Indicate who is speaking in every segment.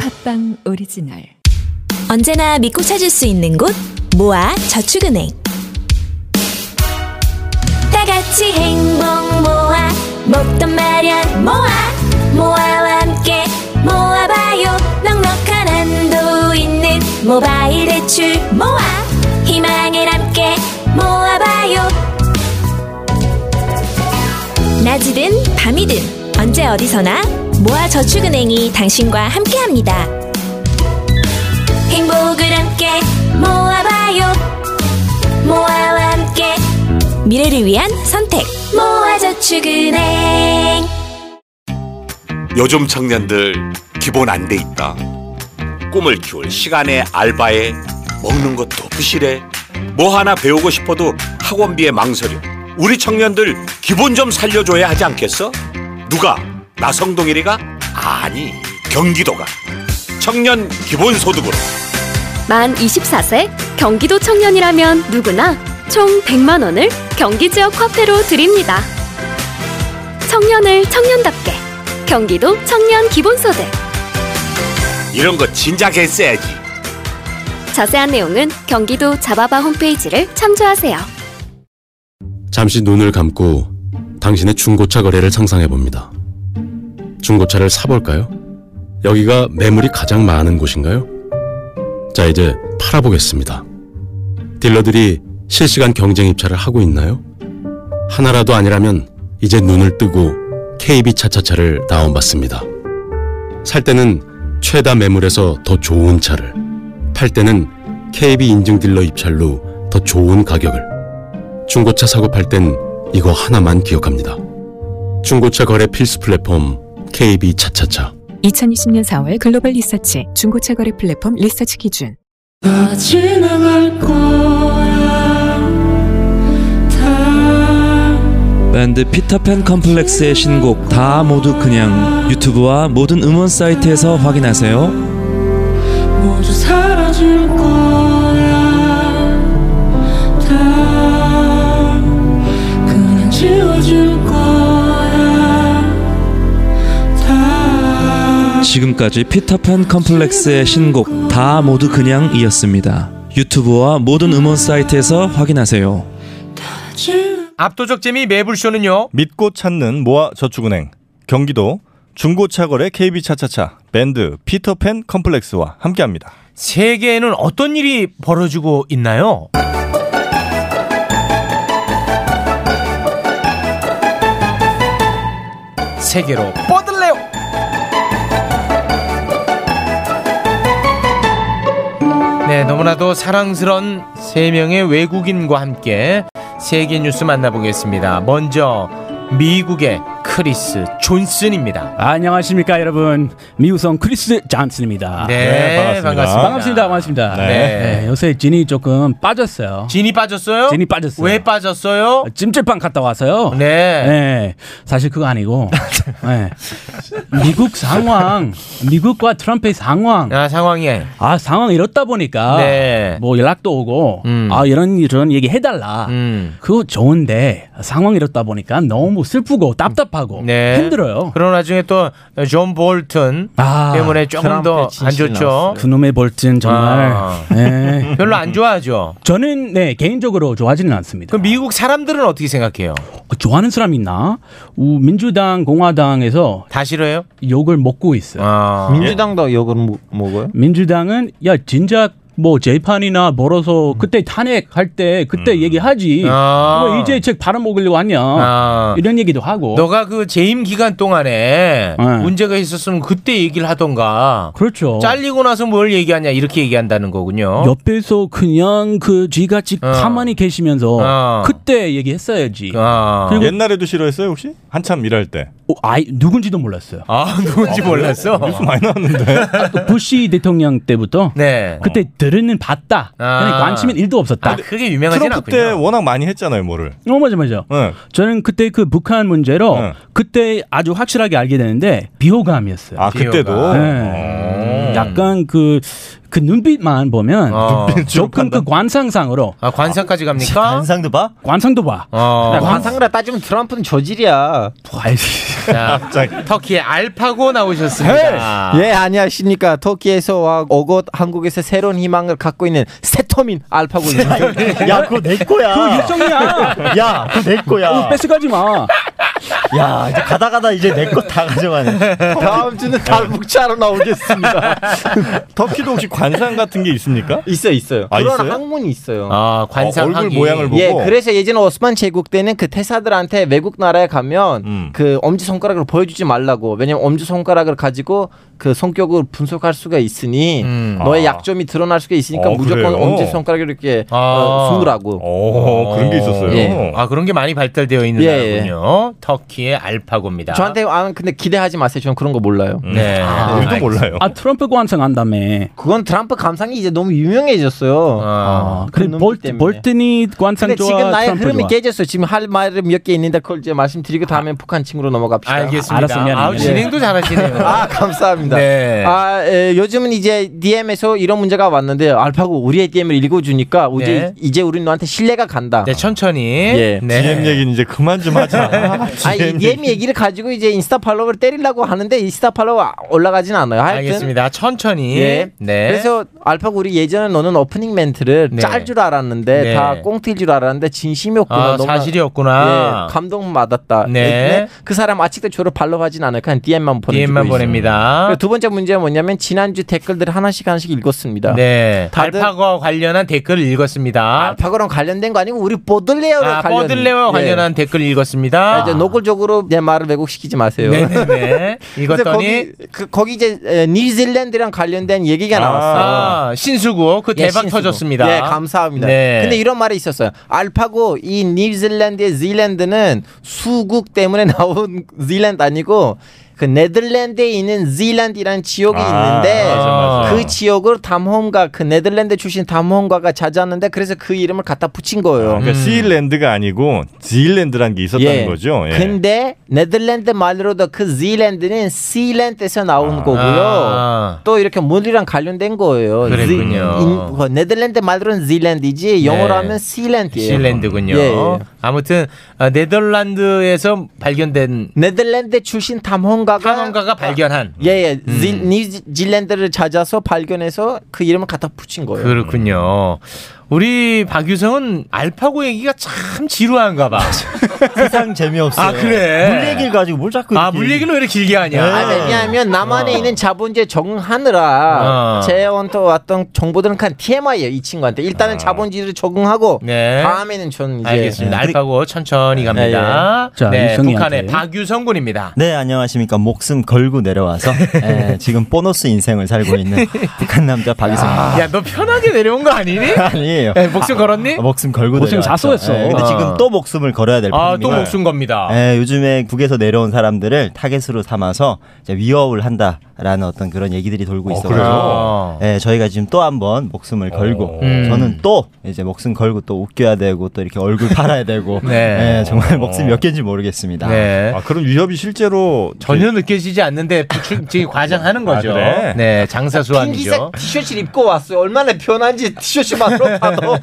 Speaker 1: 팟빵 오리지널
Speaker 2: 언제나 믿고 찾을 수 있는 곳 모아 저축은행 다 같이 행복 모아 먹던 마련 모아 모아와 함께 모아봐요 넉넉한 한도 있는 모바일 대출 모아 희망을 함께 모아봐요 낮이든 밤이든 언제 어디서나 모아 저축은행이 당신과 함께합니다. 행복을 함께 모아봐요 모아와 함께 미래를 위한 선택 모아저축은행
Speaker 3: 요즘 청년들 기본 안 돼 있다. 꿈을 키울 시간에 알바에 먹는 것도 부실해. 뭐 하나 배우고 싶어도 학원비에 망설여. 우리 청년들 기본 좀 살려줘야 하지 않겠어? 누가? 나성동일이가? 아니, 경기도가. 청년 기본소득으로
Speaker 4: 만 24세 경기도 청년이라면 누구나 총 100만 원을 경기 지역 화폐로 드립니다. 청년을 청년답게 경기도 청년 기본소득
Speaker 3: 이런 거 진작에 써야지.
Speaker 4: 자세한 내용은 경기도 자바바 홈페이지를 참조하세요.
Speaker 5: 잠시 눈을 감고 당신의 중고차 거래를 상상해 봅니다. 중고차를 사볼까요? 여기가 매물이 가장 많은 곳인가요? 자, 이제 팔아보겠습니다. 딜러들이 실시간 경쟁 입찰을 하고 있나요? 하나라도 아니라면 이제 눈을 뜨고 KB 차차차를 다운받습니다. 살 때는 최다 매물에서 더 좋은 차를, 팔 때는 KB 인증 딜러 입찰로 더 좋은 가격을, 중고차 사고 팔 땐 이거 하나만 기억합니다. 중고차 거래 필수 플랫폼 KB 차차차.
Speaker 1: 2020년 4월 글로벌 리서치 중고차 거래 플랫폼 리서치 기준
Speaker 6: 다 지나갈 거야 다
Speaker 7: 밴드 피터팬 컴플렉스의 신곡 다 모두 그냥 유튜브와 모든 음원 사이트에서 확인하세요.
Speaker 6: 모두 사라질 거야 다 그냥 지워질 거야 다
Speaker 7: 지금까지 피터팬 컴플렉스의 신곡 다 모두 그냥이었습니다. 유튜브와 모든 음원 사이트에서 확인하세요.
Speaker 6: 지나
Speaker 8: 압도적 재미 매불쇼는요.
Speaker 9: 믿고 찾는 모아 저축은행 경기도 중고차거래 KB차차차 밴드 피터팬 컴플렉스와 함께합니다.
Speaker 8: 세계에는 어떤 일이 벌어지고 있나요? 세계로 뻗을래요. 네, 너무나도 사랑스런 세 명의 외국인과 함께 세계 뉴스 만나보겠습니다. 먼저 미국의 크리스 존슨입니다.
Speaker 10: 안녕하십니까 여러분 미우성 크리스 잔슨입니다
Speaker 8: 네,
Speaker 9: 네, 반갑습니다.
Speaker 8: 반갑습니다.
Speaker 10: 반갑습니다 반갑습니다
Speaker 9: 네.
Speaker 10: 네, 요새 진이 조금 빠졌어요
Speaker 8: 진이 빠졌어요?
Speaker 10: 진이 빠졌어요.
Speaker 8: 왜 빠졌어요?
Speaker 10: 찜질방 갔다 와서요
Speaker 8: 네.
Speaker 10: 네, 사실 그거 아니고 네. 미국 상황 미국과 트럼프의 상황
Speaker 8: 아, 상황이.
Speaker 10: 아 상황 이렇다 보니까
Speaker 8: 네.
Speaker 10: 뭐 연락도 오고
Speaker 8: 음.
Speaker 10: 아 이런 이런 얘기 해달라
Speaker 8: 음.
Speaker 10: 그거 좋은데 상황 이렇다 보니까 너무 슬프고 답답하고
Speaker 8: 네.
Speaker 10: 뭐 힘들어요
Speaker 8: 그런 와중에 또 존 볼튼
Speaker 10: 아,
Speaker 8: 때문에 조금 더 안 좋죠.
Speaker 10: 그놈의 볼튼 정말
Speaker 8: 아.
Speaker 10: 네.
Speaker 8: 별로 안 좋아하죠.
Speaker 10: 저는 네 개인적으로 좋아하지는 않습니다.
Speaker 8: 그럼 미국 사람들은 어떻게 생각해요?
Speaker 10: 어, 좋아하는 사람 있나? 우, 민주당 공화당에서
Speaker 8: 다 싫어요?
Speaker 10: 욕을 먹고 있어요.
Speaker 8: 아.
Speaker 11: 민주당도 욕을 먹- 먹어요?
Speaker 10: 민주당은 야 진작 뭐 재판이나 벌어서 그때 탄핵할 때 그때 얘기하지.
Speaker 8: 음. 아.
Speaker 10: 뭐 이제 책 팔아먹으려고 하냐?
Speaker 8: 아.
Speaker 10: 이런 얘기도 하고.
Speaker 8: 너가 그 재임 기간 동안에
Speaker 10: 네.
Speaker 8: 문제가 있었으면 그때 얘기를 하던가.
Speaker 10: 그렇죠.
Speaker 8: 잘리고 나서 뭘 얘기하냐 이렇게 얘기한다는 거군요.
Speaker 10: 옆에서 그냥 그 쥐같이
Speaker 8: 어.
Speaker 10: 가만히 계시면서
Speaker 8: 어.
Speaker 10: 그때 얘기했어야지.
Speaker 8: 아.
Speaker 10: 그리고-
Speaker 9: 옛날에도 싫어했어요 혹시? 한참 일할 때.
Speaker 10: 어, 아이 누군지도 몰랐어요.
Speaker 8: 아, 누군지 몰랐어.
Speaker 9: 뉴스 많이 나왔는데.
Speaker 10: 그 부시 대통령 때부터
Speaker 8: 네.
Speaker 10: 그때 들으는 봤다.
Speaker 8: 아.
Speaker 10: 근데 관심은 일도 없었다.
Speaker 8: 아, 그게 유명하진
Speaker 9: 트럼프
Speaker 8: 않군요.
Speaker 9: 때 워낙 많이 했잖아요 뭐를.
Speaker 10: 어, 맞아, 맞아.
Speaker 9: 네.
Speaker 10: 저는 그때 그 북한 문제로
Speaker 9: 네.
Speaker 10: 그때 아주 확실하게 알게 되는데 비호감이었어요.
Speaker 9: 아 그때도.
Speaker 8: 비호가.
Speaker 10: 네.
Speaker 9: 어.
Speaker 12: 음. 약간 그, 그 눈빛만 보면
Speaker 8: 어. 눈빛 주로
Speaker 12: 조금 그 관상상으로
Speaker 8: 아, 관상까지 갑니까? 관상도 봐?
Speaker 12: 관상도 봐.
Speaker 8: 어.
Speaker 13: 아,
Speaker 8: 뭐,
Speaker 13: 관상이라 따지면 트럼프는 저질이야.
Speaker 8: 자, 터키의 알파고 나오셨습니다.
Speaker 13: 예 안녕하십니까 터키에서 와 오고 한국에서 새로운 희망을 갖고 있는 세터민 알파고입니다.
Speaker 10: 야, 그거 내 거야.
Speaker 12: 그거 일정이야.
Speaker 10: 야, 그거 내 거야.
Speaker 12: 뺏어가지 마.
Speaker 10: 야, 이제 가다 가다 이제 내 거 다 가져가네.
Speaker 13: 다음 주는 달북차로 나오겠습니다.
Speaker 9: 아, 터키도 혹시 관상 같은 게 있습니까?
Speaker 13: 있어 있어요.
Speaker 9: 아,
Speaker 13: 그런
Speaker 9: 있어요?
Speaker 13: 학문이 있어요.
Speaker 9: 아, 관상 어,
Speaker 8: 그
Speaker 9: 얼굴 학이. 모양을 보고?
Speaker 13: 예, 그래서 예전에 오스만 제국 때는 그 태사들한테 외국 나라에 가면
Speaker 9: 음.
Speaker 13: 그 엄지 손가락을 보여주지 말라고. 왜냐면 엄지 손가락을 가지고 그 성격을 분석할 수가 있으니 너의
Speaker 9: 아.
Speaker 13: 약점이 드러날 수가 있으니까
Speaker 9: 어,
Speaker 13: 무조건
Speaker 9: 그래요?
Speaker 13: 엄지 손가락을 이렇게
Speaker 8: 아.
Speaker 13: 어, 숨으라고.
Speaker 9: 오, 그런 게 있었어요.
Speaker 13: 예.
Speaker 8: 아 그런 게 많이 발달되어 있는
Speaker 13: 예,
Speaker 8: 나라군요. 터키의 알파고입니다.
Speaker 13: 저한테 아 근데 기대하지 마세요. 저는 그런 거 몰라요.
Speaker 8: 네. 아, 우리도 알겠습니다. 몰라요.
Speaker 12: 아 트럼프 관상 안다며.
Speaker 13: 그건 트럼프 감상이 이제 너무 유명해졌어요.
Speaker 12: 아, 그래 볼트 볼튼이 관상
Speaker 13: 근데
Speaker 12: 좋아.
Speaker 13: 지금 나의
Speaker 12: 트럼프
Speaker 13: 흐름이
Speaker 12: 좋아.
Speaker 13: 깨졌어. 지금 할 말은 몇 개 있는데 그걸 이제 말씀드리고 다음에 북한 친구로 넘어갑시다.
Speaker 8: 알겠습니다. 알았어, 미안해, 아우, 미안해. 진행도 잘하시네요.
Speaker 13: 아 감사합니다.
Speaker 8: 네.
Speaker 13: 아 에, 요즘은 이제 DM에서 이런 문제가 왔는데 알파고 우리의 DM을 읽어주니까 이제
Speaker 8: 네.
Speaker 13: 이제 우리 너한테 신뢰가 간다.
Speaker 8: 네, 천천히.
Speaker 13: 예.
Speaker 8: 네.
Speaker 9: DM 얘기는 이제 그만 좀 하자.
Speaker 13: 아, 이 DM 얘기를 가지고 이제 인스타 팔로워를 때리려고 하는데 인스타 팔로워 올라가진 않아요. 하여튼
Speaker 8: 알겠습니다. 천천히.
Speaker 13: 예.
Speaker 8: 네.
Speaker 13: 그래서 알파고 우리 예전에 너는 오프닝 멘트를 짤 줄 알았는데
Speaker 8: 네.
Speaker 13: 다 꽁트일 줄 알았는데 진심이었구나.
Speaker 8: 아, 사실이었구나.
Speaker 13: 예, 감동 받았다.
Speaker 8: 네.
Speaker 13: 근데 그 사람 아직도 저를 발로하진 않을 그냥 DM만 보내.
Speaker 8: DM만 보냅니다.
Speaker 13: 두 번째 문제는 뭐냐면 지난주 댓글들 을 하나씩 하나씩 읽었습니다.
Speaker 8: 네. 알파고와 관련한 댓글을 읽었습니다.
Speaker 13: 알파고랑 관련된 거 아니고 우리 보들레어랑
Speaker 8: 아,
Speaker 13: 관련.
Speaker 8: 버들레와 관련한 댓글 읽었습니다.
Speaker 13: 아, 이제 노골적으로 내 말을 왜곡시키지 마세요.
Speaker 8: 네네네.
Speaker 13: 근데
Speaker 8: 읽었더니
Speaker 13: 거기, 그, 거기 이제 에, 뉴질랜드랑 관련된 얘기가 나왔어.
Speaker 8: 아, 신수구 그
Speaker 13: 예,
Speaker 8: 대박
Speaker 13: 신수도.
Speaker 8: 터졌습니다.
Speaker 13: 네, 감사합니다.
Speaker 8: 네.
Speaker 13: 근데 이런 말이 있었어요. 알파고 이 뉴질랜드의 질랜드는 수국 때문에 나온 질랜드 아니고 그 네덜란드에 있는 질랜드라는 지역이
Speaker 8: 아,
Speaker 13: 있는데
Speaker 8: 맞아, 맞아.
Speaker 13: 그 지역을 담hom가 그 네덜란드 출신 담hom가가 자자는데 그래서 그 이름을 갖다 붙인 거예요. 음.
Speaker 9: 그러니까 시일랜드가 아니고 지일랜드라는 게 있었다는
Speaker 13: 예.
Speaker 9: 거죠. 예.
Speaker 13: 근데 네덜란드 말로도 그 질랜드는 시랜드에서 나온 거고요.
Speaker 9: 아.
Speaker 13: 또 이렇게 물이랑 관련된 거예요.
Speaker 8: 그랬군요.
Speaker 13: 지- 인- 그 네덜란드 말로는 질랜드지 영어로
Speaker 8: 네.
Speaker 13: 하면 시랜드예요.
Speaker 8: 실랜드군요.
Speaker 13: 예, 예.
Speaker 8: 아무튼 아, 네덜란드에서 발견된
Speaker 13: 네덜란드 출신 탐험가가
Speaker 8: 탐험가가 발견한
Speaker 10: 아,
Speaker 13: 예예
Speaker 8: 음.
Speaker 13: 뉴질랜드를 찾아서 발견해서 그 이름을 갖다 붙인 거예요.
Speaker 8: 그렇군요. 우리 박유성은 알파고 얘기가 참 지루한가 봐.
Speaker 10: 세상 재미없어.
Speaker 8: 아, 그래?
Speaker 10: 네. 물 얘기를 가지고 네. 뭘 자꾸
Speaker 8: 아, 물 얘기를 왜 이렇게 길게 하냐?
Speaker 13: 아, 왜냐하면 남한에 있는 자본주의에 적응하느라
Speaker 8: 어.
Speaker 13: 제한테 왔던 정보들은 그냥 TMI예요 이 친구한테 일단은 자본주의를 적응하고
Speaker 8: 어. 네.
Speaker 10: 아,
Speaker 13: 다음에는 저는 이제
Speaker 8: 알겠습니다. 알파고 천천히 갑니다.
Speaker 10: 예, 예. 자,
Speaker 8: 네,
Speaker 10: 유성이한테.
Speaker 8: 북한의 박유성 군입니다.
Speaker 10: 네, 안녕하십니까. 목숨 걸고 내려와서 예, 지금 보너스 인생을 살고 있는 북한 남자 박이성입니다.
Speaker 8: 야, 너 편하게 내려온 거 아니니?
Speaker 10: 아니에요.
Speaker 8: 예, 목숨 걸었니?
Speaker 10: 아, 목숨 걸고
Speaker 8: 목숨
Speaker 10: 내려왔죠.
Speaker 8: 자수했어.
Speaker 10: 예, 근데
Speaker 8: 아.
Speaker 10: 지금 또 목숨을 걸어야 될
Speaker 8: 아, 또
Speaker 10: 판입니다.
Speaker 8: 목숨 겁니다.
Speaker 10: 예, 요즘에 북에서 내려온 사람들을 타겟으로 삼아서 이제 위협을 한다라는 어떤 그런 얘기들이 돌고 있어요. 어.
Speaker 8: 그래요?
Speaker 10: 예, 저희가 지금 또 한 번 목숨을 걸고
Speaker 8: 음.
Speaker 10: 저는 또 이제 목숨 걸고 또 웃겨야 되고 또 이렇게 얼굴 팔아야 되고
Speaker 8: 네.
Speaker 10: 예, 정말
Speaker 8: 어.
Speaker 10: 목숨 몇 개인지 모르겠습니다.
Speaker 8: 네. 아,
Speaker 9: 그럼 위협이 실제로
Speaker 8: 전혀 느껴지지 않는데 부추- 지금 과장하는 거죠.
Speaker 9: 그래?
Speaker 8: 네, 장사
Speaker 13: 아, 흰기색
Speaker 8: 수완이죠.
Speaker 13: 티셔츠를 입고 왔어요. 얼마나 변한지 티셔츠만 봐도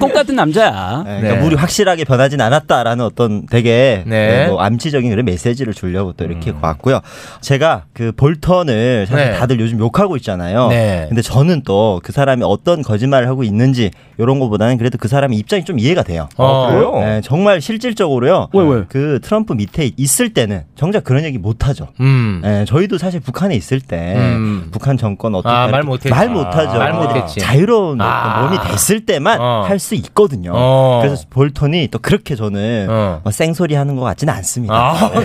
Speaker 12: 똑같은 남자야.
Speaker 10: 예, 그러니까 물이 확실하게 변하진 않았다라는 어떤 되게
Speaker 8: 네. 음.
Speaker 10: 예, 뭐 암시적인 그런 메시지를 주려고 또 이렇게 왔고요. 제가 그 볼턴을 사실
Speaker 8: 네.
Speaker 10: 다들 요즘 욕하고 있잖아요.
Speaker 8: 네.
Speaker 10: 근데 저는 또 그 사람이 어떤 거짓말을 하고 있는지 이런 거보다는 그래도 그 사람의 입장이 좀 이해가 돼요.
Speaker 8: 아, 그래요?
Speaker 10: 예, 정말 실질적으로요. 그 트럼프 밑에 있을 때는 정작 그런 얘기 못 하죠.
Speaker 8: 음.
Speaker 10: 예, 저희도 사실 북한에 있을 때
Speaker 8: 음.
Speaker 10: 북한 정권 어떻게
Speaker 8: 아,
Speaker 10: 이렇게
Speaker 8: 말 못했지.
Speaker 10: 말 못하죠.
Speaker 8: 아, 말 못했지.
Speaker 10: 자유로운 어떤
Speaker 8: 아.
Speaker 10: 뭐, 몸이 됐을 때만
Speaker 8: 어.
Speaker 10: 할 수 있거든요.
Speaker 8: 어.
Speaker 10: 그래서 볼턴이 또 그렇게 저는
Speaker 8: 어.
Speaker 10: 뭐 쌩소리 하는 것 같지는 않습니다. 네.
Speaker 8: 어.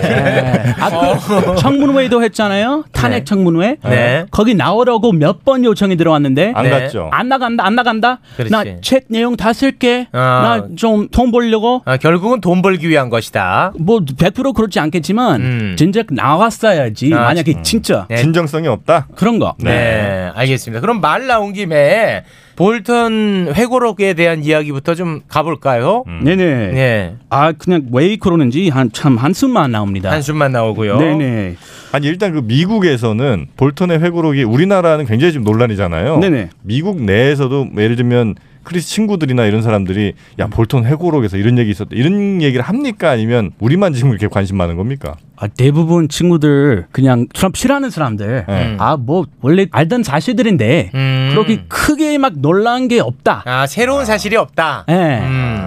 Speaker 12: 아, 그 청문회도 했잖아요. 탄핵 청문회.
Speaker 10: 네.
Speaker 12: 거기 나오라고 몇 번 요청이 들어왔는데
Speaker 10: 안 네. 갔죠.
Speaker 12: 안 나간다, 안 나간다.
Speaker 8: 그렇지.
Speaker 12: 나 챗 내용 다 쓸게.
Speaker 8: 아.
Speaker 12: 나 좀 돈 벌려고.
Speaker 8: 아, 결국은 돈 벌기 위한 것이다.
Speaker 12: 뭐 100% 그렇지 않겠지만 진작 나왔어야지.
Speaker 8: 음. 아, 네.
Speaker 12: 만약에
Speaker 8: 음.
Speaker 12: 진짜
Speaker 8: 진정성이
Speaker 9: 없다.
Speaker 12: 그런 거.
Speaker 8: 네. 알겠습니다. 그럼 말 나온 김에 볼턴 회고록에 대한 이야기부터 좀 가볼까요?
Speaker 10: 네네.
Speaker 8: 예.
Speaker 10: 아 그냥 왜 그러는지 한 참 한숨만 나옵니다.
Speaker 8: 한숨만 나오고요.
Speaker 10: 네네.
Speaker 9: 아니 일단 그 미국에서는 볼턴의 회고록이 우리나라는 굉장히 지금 논란이잖아요.
Speaker 10: 네네.
Speaker 9: 미국 내에서도 예를 들면 크리스 친구들이나 이런 사람들이 야 볼턴 회고록에서 이런 얘기 있었다 이런 얘기를 합니까 아니면 우리만 지금 이렇게 관심 많은 겁니까?
Speaker 10: 아, 대부분 친구들 그냥 트럼프 싫어하는 사람들
Speaker 11: 음.
Speaker 9: 네.
Speaker 10: 아 뭐 원래 알던 사실들인데 그렇게 크게 막 놀란 게 없다.
Speaker 8: 아 새로운 사실이 없다.
Speaker 10: 예.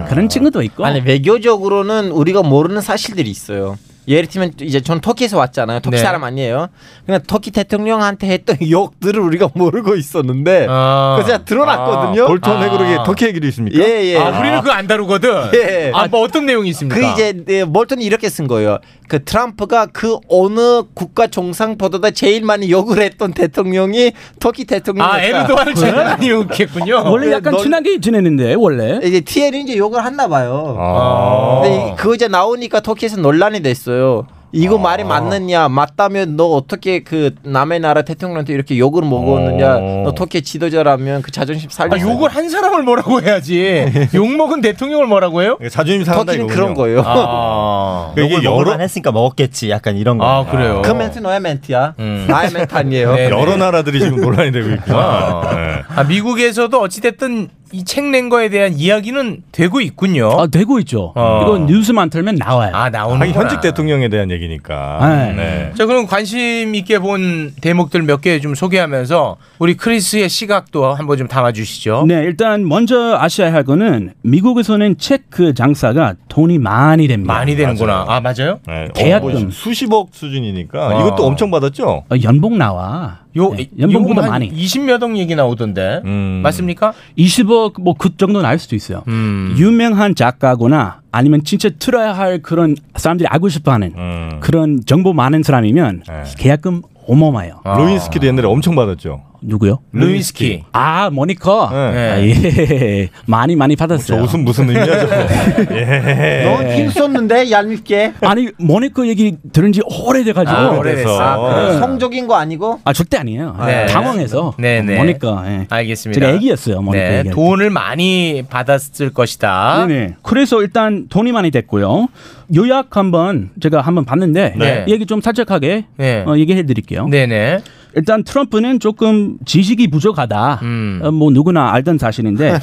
Speaker 10: 그런 친구도
Speaker 11: 음.
Speaker 10: 있고.
Speaker 11: 아니 외교적으로는 우리가 모르는 사실들이 있어요. 예를 들면 이제 전 터키에서 왔잖아요. 터키
Speaker 10: 네.
Speaker 11: 사람 아니에요. 그냥 터키 대통령한테 했던 욕들을 우리가 모르고 있었는데
Speaker 8: 아. 어.
Speaker 11: 그래서 제가 드러났거든요.
Speaker 9: 아, 볼턴 회고록에
Speaker 11: 아.
Speaker 9: 터키 얘기도 있습니까?
Speaker 11: 예, 예.
Speaker 8: 아, 우리는 그거 안 다루거든.
Speaker 11: 예.
Speaker 8: 아, 뭐 어떤 내용이 있습니까?
Speaker 11: 그 이제 네, 몰턴이 이렇게 쓴 거예요. 그 트럼프가 그 어느 국가 정상보다 제일 많이 욕을 했던 대통령이 터키 대통령.
Speaker 8: 아,
Speaker 11: 네.
Speaker 8: 에르도안을 제일 많이 욕했군요.
Speaker 10: 그러니까. 원래 약간 친하게 지내는데 원래.
Speaker 11: 이제 TL이 이제 욕을 했나 봐요.
Speaker 14: 어.
Speaker 11: 근데 아. 네, 이- 그거 이제 나오니까 터키에서 논란이 됐어요. 이거 말이 맞느냐? 맞다면 너 어떻게 그 남의 나라 대통령한테 이렇게 욕을 먹었느냐?
Speaker 14: 어.
Speaker 11: 너 터키 지도자라면 그 자존심 살리.
Speaker 8: 아, 욕을 한 사람을 뭐라고 해야지. 욕 먹은 대통령을 뭐라고 해요?
Speaker 9: 예, 자존심
Speaker 11: 상한다 터키는 이거군요. 그런 거예요.
Speaker 8: 아.
Speaker 9: 예,
Speaker 14: 이게 여러 안 했으니까 먹었겠지. 약간 이런 거.
Speaker 8: 아 그래요. 음. 네,
Speaker 11: 그 멘트 너의 멘트야. 나의 멘트 아니에요.
Speaker 9: 논란이 되고 있구나. 예.
Speaker 8: 아, 미국에서도 어찌됐든 이 책 낸 거에 대한 이야기는 되고 있군요.
Speaker 10: 아 되고 있죠.
Speaker 8: 어.
Speaker 10: 이건 뉴스만 틀면 나와요.
Speaker 8: 아 나오는
Speaker 9: 현직 대통령에 대한 얘기니까.
Speaker 14: 아,
Speaker 8: 아,
Speaker 10: 네.
Speaker 8: 자 그럼 관심 있게 본 대목들 몇 개 좀 소개하면서 우리 크리스의 시각도 한번 좀 담아주시죠.
Speaker 10: 네, 일단 먼저 아셔야 할 거는 미국에서는 체크 장사가 돈이 많이 됩니다.
Speaker 8: 많이 되는구나. 아 맞아요?
Speaker 10: 계약금.
Speaker 9: 네, 수십억 수준이니까
Speaker 10: 와.
Speaker 9: 이것도 엄청 받았죠.
Speaker 10: 어, 연봉 나와.
Speaker 8: 요
Speaker 10: 네. 연봉보다 많이.
Speaker 8: 20몇억 얘기 나오던데
Speaker 9: 음.
Speaker 8: 맞습니까?
Speaker 10: 20억 뭐 그 정도 나올 수도 있어요.
Speaker 9: 음.
Speaker 10: 유명한 작가거나 아니면 진짜 틀어야 할 그런 사람들이 알고 싶어하는
Speaker 8: 음.
Speaker 10: 그런 정보 많은 사람이면 계약금 어마어마해요.
Speaker 9: 루인스키도 그 옛날에 엄청 받았죠.
Speaker 10: 누구요?
Speaker 9: 루인스키.
Speaker 10: 아 모니커.
Speaker 9: 네.
Speaker 10: 아, 예. 많이 많이 받았어요.
Speaker 9: 저 웃음 무슨 의미야, 저거.
Speaker 11: 너힘 썼는데 얄밉게.
Speaker 10: 아니 모니커 얘기 들은 지 오래돼가지고.
Speaker 8: 아, 오래됐어. 아,
Speaker 10: 예.
Speaker 11: 그 성적인 거 아니고?
Speaker 10: 아 절대 아니에요.
Speaker 8: 네.
Speaker 10: 당황해서
Speaker 8: 네네.
Speaker 10: 모니까 예.
Speaker 8: 알겠습니다.
Speaker 10: 제가 애기였어요, 모니까
Speaker 8: 네,
Speaker 10: 얘기할 때.
Speaker 8: 돈을 많이 받았을 것이다.
Speaker 10: 네네. 그래서 일단 돈이 많이 됐고요. 요약 한번 제가 한번 봤는데
Speaker 8: 네.
Speaker 10: 얘기 좀 살짝하게
Speaker 8: 네.
Speaker 10: 어, 얘기해 드릴게요.
Speaker 8: 네네.
Speaker 10: 일단 트럼프는 조금 지식이 부족하다.
Speaker 8: 음.
Speaker 10: 어, 뭐 누구나 알던 사실인데.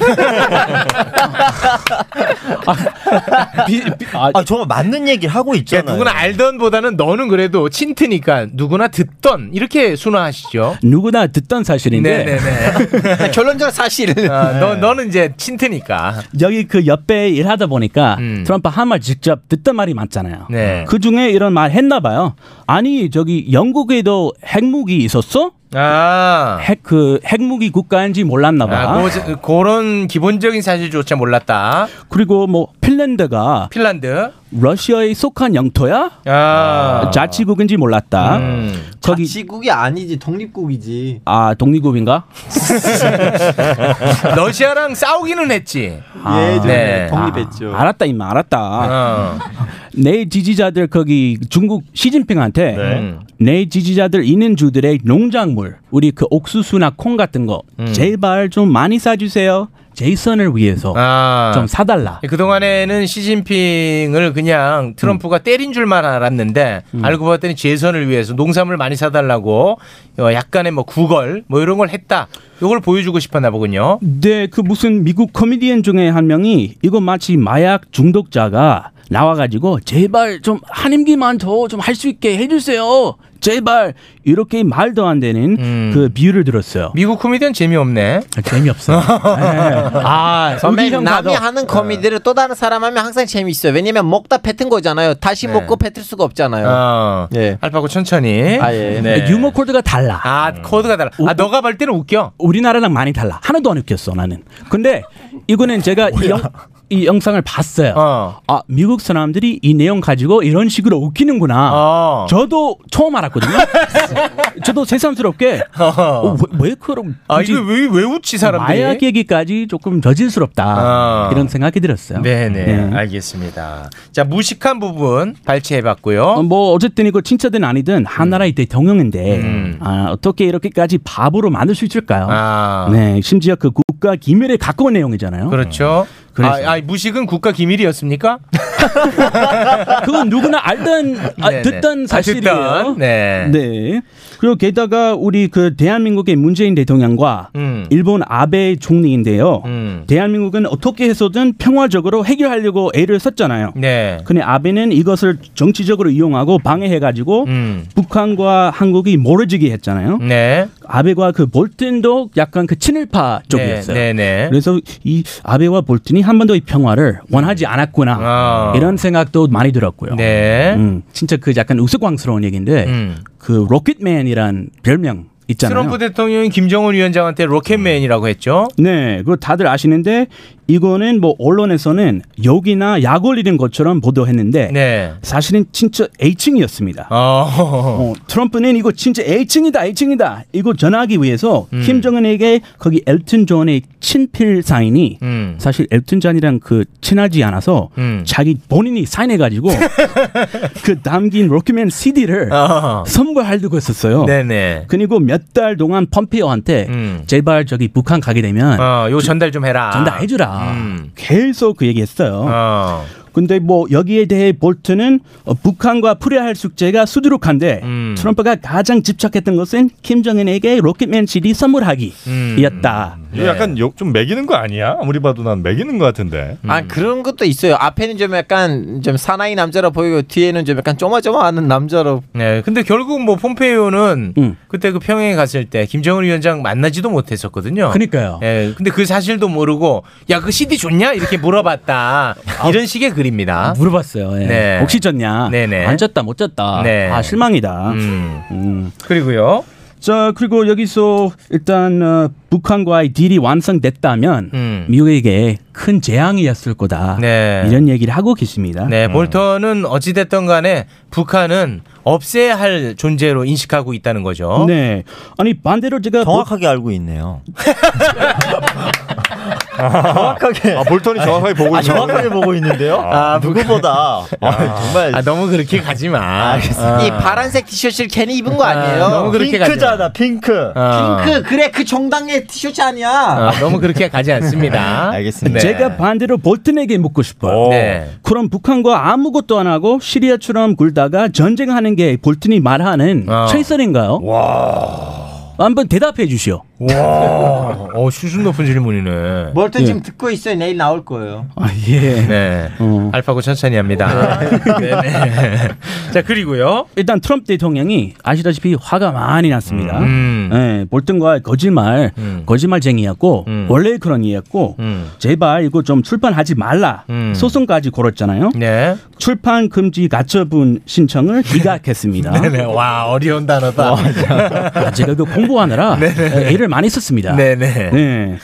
Speaker 10: 아,
Speaker 14: 정말 맞는 얘기를 하고 있잖아요.
Speaker 8: 그러니까 누구나 알던보다는 너는 그래도 친트니까 누구나 듣던 이렇게 순화하시죠.
Speaker 10: 누구나 듣던 사실인데
Speaker 8: 네, 네네네.
Speaker 11: 결론적으로 사실.
Speaker 8: 아, 너 너는 이제 친트니까.
Speaker 10: 여기 그 옆에 일하다 보니까 트럼프 한 말 직접 듣던 말이 많잖아요.
Speaker 8: 음. 네.
Speaker 10: 그 중에 이런 말 했나 봐요. 아니 저기 영국에도 핵무기 있었어?
Speaker 8: 아.
Speaker 10: 핵 그 핵무기 국가인지 몰랐나 봐.
Speaker 8: 아, 고, 그런 기본적인 사실조차 몰랐다.
Speaker 10: 그리고 뭐 핀란드가
Speaker 8: 핀란드.
Speaker 10: 러시아에 속한 영토야?
Speaker 8: 아. 음.
Speaker 10: 자치국인지 몰랐다. 거기
Speaker 11: 자치국이 아니지 독립국이지.
Speaker 10: 아 독립국인가?
Speaker 8: 러시아랑 싸우기는 했지.
Speaker 11: 예,
Speaker 10: 네. 아, 알았다 임마
Speaker 8: 아.
Speaker 10: 알았다. 내 지지자들 거기 중국 시진핑한테 내 지지자들 있는 주들의 농작물 우리 그 옥수수나 콩 같은 거 제발 좀 많이 사주세요. 제이선을 위해서
Speaker 8: 아.
Speaker 10: 좀 사달라.
Speaker 8: 그동안에는 시진핑을 그냥 트럼프가
Speaker 10: 음.
Speaker 8: 때린 줄만 알았는데 알고 봤더니 재선을 위해서 농산물 많이 사달라고 어, 약간의 뭐 구걸 뭐 이런 걸 했다. 이걸 보여주고 싶었나 보군요.
Speaker 10: 네, 그 무슨 미국 코미디언 중에 한 명이 이거 마치 마약 중독자가 나와가지고 제발 좀 한 임기만 더 좀 할 수 있게 해주세요. 제발 이렇게 말도 안 되는 그 비유를 들었어요.
Speaker 8: 미국 코미디언 재미없네.
Speaker 10: 재미없어. 아,
Speaker 11: 선배님
Speaker 10: 우리 형
Speaker 11: 남이
Speaker 10: 나도-
Speaker 11: 하는 코미디를 또 다른 사람 하면 항상 재미있어요. 왜냐면 먹다 뱉은 거잖아요. 다시
Speaker 8: 네.
Speaker 11: 먹고 뱉을 수가 없잖아요. 예.
Speaker 8: 어, 알파고 천천히.
Speaker 11: 아, 예.
Speaker 10: 유머 코드가 달라.
Speaker 8: 네. 아, 코드가 달라.
Speaker 10: 뭐
Speaker 8: 아, 너가 볼 때는 웃겨.
Speaker 10: 우리나라랑 많이 달라. 하나도 안 웃겼어 나는. 근데 이거는 제가 영, 이 영상을 봤어요. 아 미국 사람들이 이 내용 가지고 이런 식으로 웃기는구나.
Speaker 8: 어.
Speaker 10: 저도 처음 알았거든요. 저도 새삼스럽게 어, 왜, 왜 그럼
Speaker 8: 아,
Speaker 10: 굳이
Speaker 8: 이거 왜, 왜 웃지, 사람들이?
Speaker 10: 마약 얘기까지 조금 저질스럽다
Speaker 8: 아.
Speaker 10: 이런 생각이 들었어요.
Speaker 8: 네네. 아,
Speaker 10: 네.
Speaker 8: 알겠습니다. 자, 무식한 부분 발췌해봤고요.
Speaker 10: 어, 뭐 어쨌든 이거 칭찬든 아니든 한
Speaker 8: 음.
Speaker 10: 나라의 대통령인데 아, 어떻게 이렇게까지 바보로 만들 수 있을까요?
Speaker 8: 아.
Speaker 10: 네, 심지어 그 국가 기밀에 가까운 내용이잖아요.
Speaker 8: 그렇죠.
Speaker 10: 그래서
Speaker 8: 아, 아, 무식은 국가 기밀이었습니까?
Speaker 10: 아, 그건 누구나 알던 아,
Speaker 8: 네네.
Speaker 10: 듣던
Speaker 8: 아,
Speaker 10: 사실이에요.
Speaker 8: 듣던, 네.
Speaker 10: 그리고 게다가 우리 그 대한민국의 문재인 대통령과
Speaker 8: 음.
Speaker 10: 일본 아베 총리인데요.
Speaker 8: 음.
Speaker 10: 대한민국은 어떻게 해서든 평화적으로 해결하려고 애를 썼잖아요.
Speaker 8: 네.
Speaker 10: 근데 아베는 이것을 정치적으로 이용하고 방해해가지고
Speaker 8: 음.
Speaker 10: 북한과 한국이 멀어지게 했잖아요.
Speaker 8: 네.
Speaker 10: 아베와 그 볼튼도 약간 그 친일파 쪽이었어요.
Speaker 8: 네, 네.
Speaker 10: 그래서 이 아베와 볼튼이 한 번도 이 평화를 원하지 않았구나
Speaker 8: 아.
Speaker 10: 이런 생각도 많이 들었고요.
Speaker 8: 네. 음.
Speaker 10: 음, 진짜 그 약간 우스꽝스러운 얘기인데 그 로켓맨이란 별명 있잖아요.
Speaker 8: 트럼프 대통령이 김정은 위원장한테 로켓맨이라고 했죠.
Speaker 10: 네, 그거 다들 아시는데 이거는 뭐 언론에서는 여기나 약 올리는 것처럼 보도했는데
Speaker 8: 네. 아.
Speaker 10: 사실은 진짜 A층이었습니다. 어, 트럼프는 이거 진짜 A층이다, A층이다 이거 전하기 위해서
Speaker 8: 음.
Speaker 10: 김정은에게 거기 엘튼 존의 친필 사인이
Speaker 8: 음.
Speaker 10: 사실 엘튼 존이랑 그 친하지 않아서
Speaker 8: 음.
Speaker 10: 자기 본인이 사인해가지고 그 남긴 로키맨 CD를
Speaker 8: 어.
Speaker 10: 선물하려고 했었어요.
Speaker 8: 네네. 음.
Speaker 10: 그리고 몇 달 동안 펌페오한테 제발 저기 북한 가게 되면
Speaker 8: 어, 요 전달 좀 해라.
Speaker 10: 전달해주라.
Speaker 8: 음. 아.
Speaker 10: 계속 그 얘기했어요. 근데 뭐 여기에 대해 볼트는 어, 북한과 풀어야 할 숙제가 수두룩한데
Speaker 8: 음.
Speaker 10: 트럼프가 가장 집착했던 것은 김정은에게 로켓맨 CD 선물하기였다.
Speaker 8: 음. 네.
Speaker 9: 이거 약간 욕 좀 매기는 거 아니야? 아무리 봐도 난 매기는 거 같은데.
Speaker 11: 아 그런 것도 있어요. 앞에는 좀 약간 좀 사나이 남자로 보이고 뒤에는 좀 약간 쪼마쪼마하는 남자로.
Speaker 8: 네. 근데 결국 뭐 폼페이오는
Speaker 10: 음.
Speaker 8: 그때 그 평양에 갔을 때 김정은 위원장 만나지도 못했었거든요.
Speaker 10: 그러니까요.
Speaker 8: 예. 근데 그 사실도 모르고 야, 그 CD 줬냐? 이렇게 물어봤다.
Speaker 9: 아.
Speaker 8: 이런 식의 글입니다.
Speaker 10: 물어봤어요. 예.
Speaker 8: 아? 네.
Speaker 10: 혹시 졌냐?
Speaker 8: 네네.
Speaker 10: 안 졌다 못 졌다.
Speaker 8: 네. 음.
Speaker 10: 아 실망이다.
Speaker 9: 음.
Speaker 8: 그리고요.
Speaker 10: 자 그리고 여기서 일단 어, 북한과의 딜이 완성됐다면 미국에게 큰 재앙이었을 거다.
Speaker 8: 음. 네.
Speaker 10: 이런 얘기를 하고 계십니다.
Speaker 8: 네,
Speaker 9: 음.
Speaker 8: 볼턴은 어찌됐든 간에 북한은 없애야 할 존재로 인식하고 있다는 거죠.
Speaker 10: 네. 아니 반대로 제가
Speaker 8: 정확하게
Speaker 10: 알고 있네요.
Speaker 14: 정확하게.
Speaker 9: 아, 볼턴이 정확하게 보고
Speaker 14: 아,
Speaker 9: 있는
Speaker 14: 정확하게 보고 있는데요? 아, 누구보다. 아, 정말.
Speaker 8: 아, 너무 그렇게 가지 마.
Speaker 9: 아.
Speaker 11: 이 파란색 티셔츠를 괜히 입은 거 아니에요?
Speaker 8: 아, 너무 그렇게 가지
Speaker 14: 핑크잖아,
Speaker 8: 마.
Speaker 14: 핑크.
Speaker 9: 어.
Speaker 8: 아.
Speaker 11: 핑크 그래 그 정당의 티셔츠 아니야.
Speaker 8: 아, 너무 그렇게 가지 않습니다.
Speaker 14: 알겠습니다.
Speaker 10: 제가 반대로 볼튼에게 묻고 싶어요.
Speaker 8: 네.
Speaker 10: 그럼 북한과 아무것도 안 하고 시리아처럼 굴다가 전쟁하는 게 볼튼이 말하는
Speaker 8: 어.
Speaker 10: 최선인가요? 한번 대답해 주시오.
Speaker 8: 와, 어, 수준 높은 질문이네.
Speaker 11: 뭘든 지금 듣고 있어요. 내일 나올 거예요.
Speaker 10: 예.
Speaker 8: 네. 알파고 천천히 합니다. 네네. 자, 그리고요.
Speaker 10: 일단 트럼프 대통령이 아시다시피 화가 많이 났습니다.
Speaker 14: 음.
Speaker 10: 예, 볼튼과 거짓말, 거짓말쟁이였고
Speaker 14: 음.
Speaker 10: 원래 그런 이였고 제발 이거 좀 출판하지 말라
Speaker 8: 음.
Speaker 10: 소송까지 걸었잖아요.
Speaker 8: 네.
Speaker 10: 출판 금지 가처분 신청을 기각했습니다.
Speaker 8: 네네. 와, 어려운 단어다.
Speaker 10: 아, 제가 그 공부하느라 애를 많이 썼습니다.
Speaker 8: 네네.
Speaker 10: 네.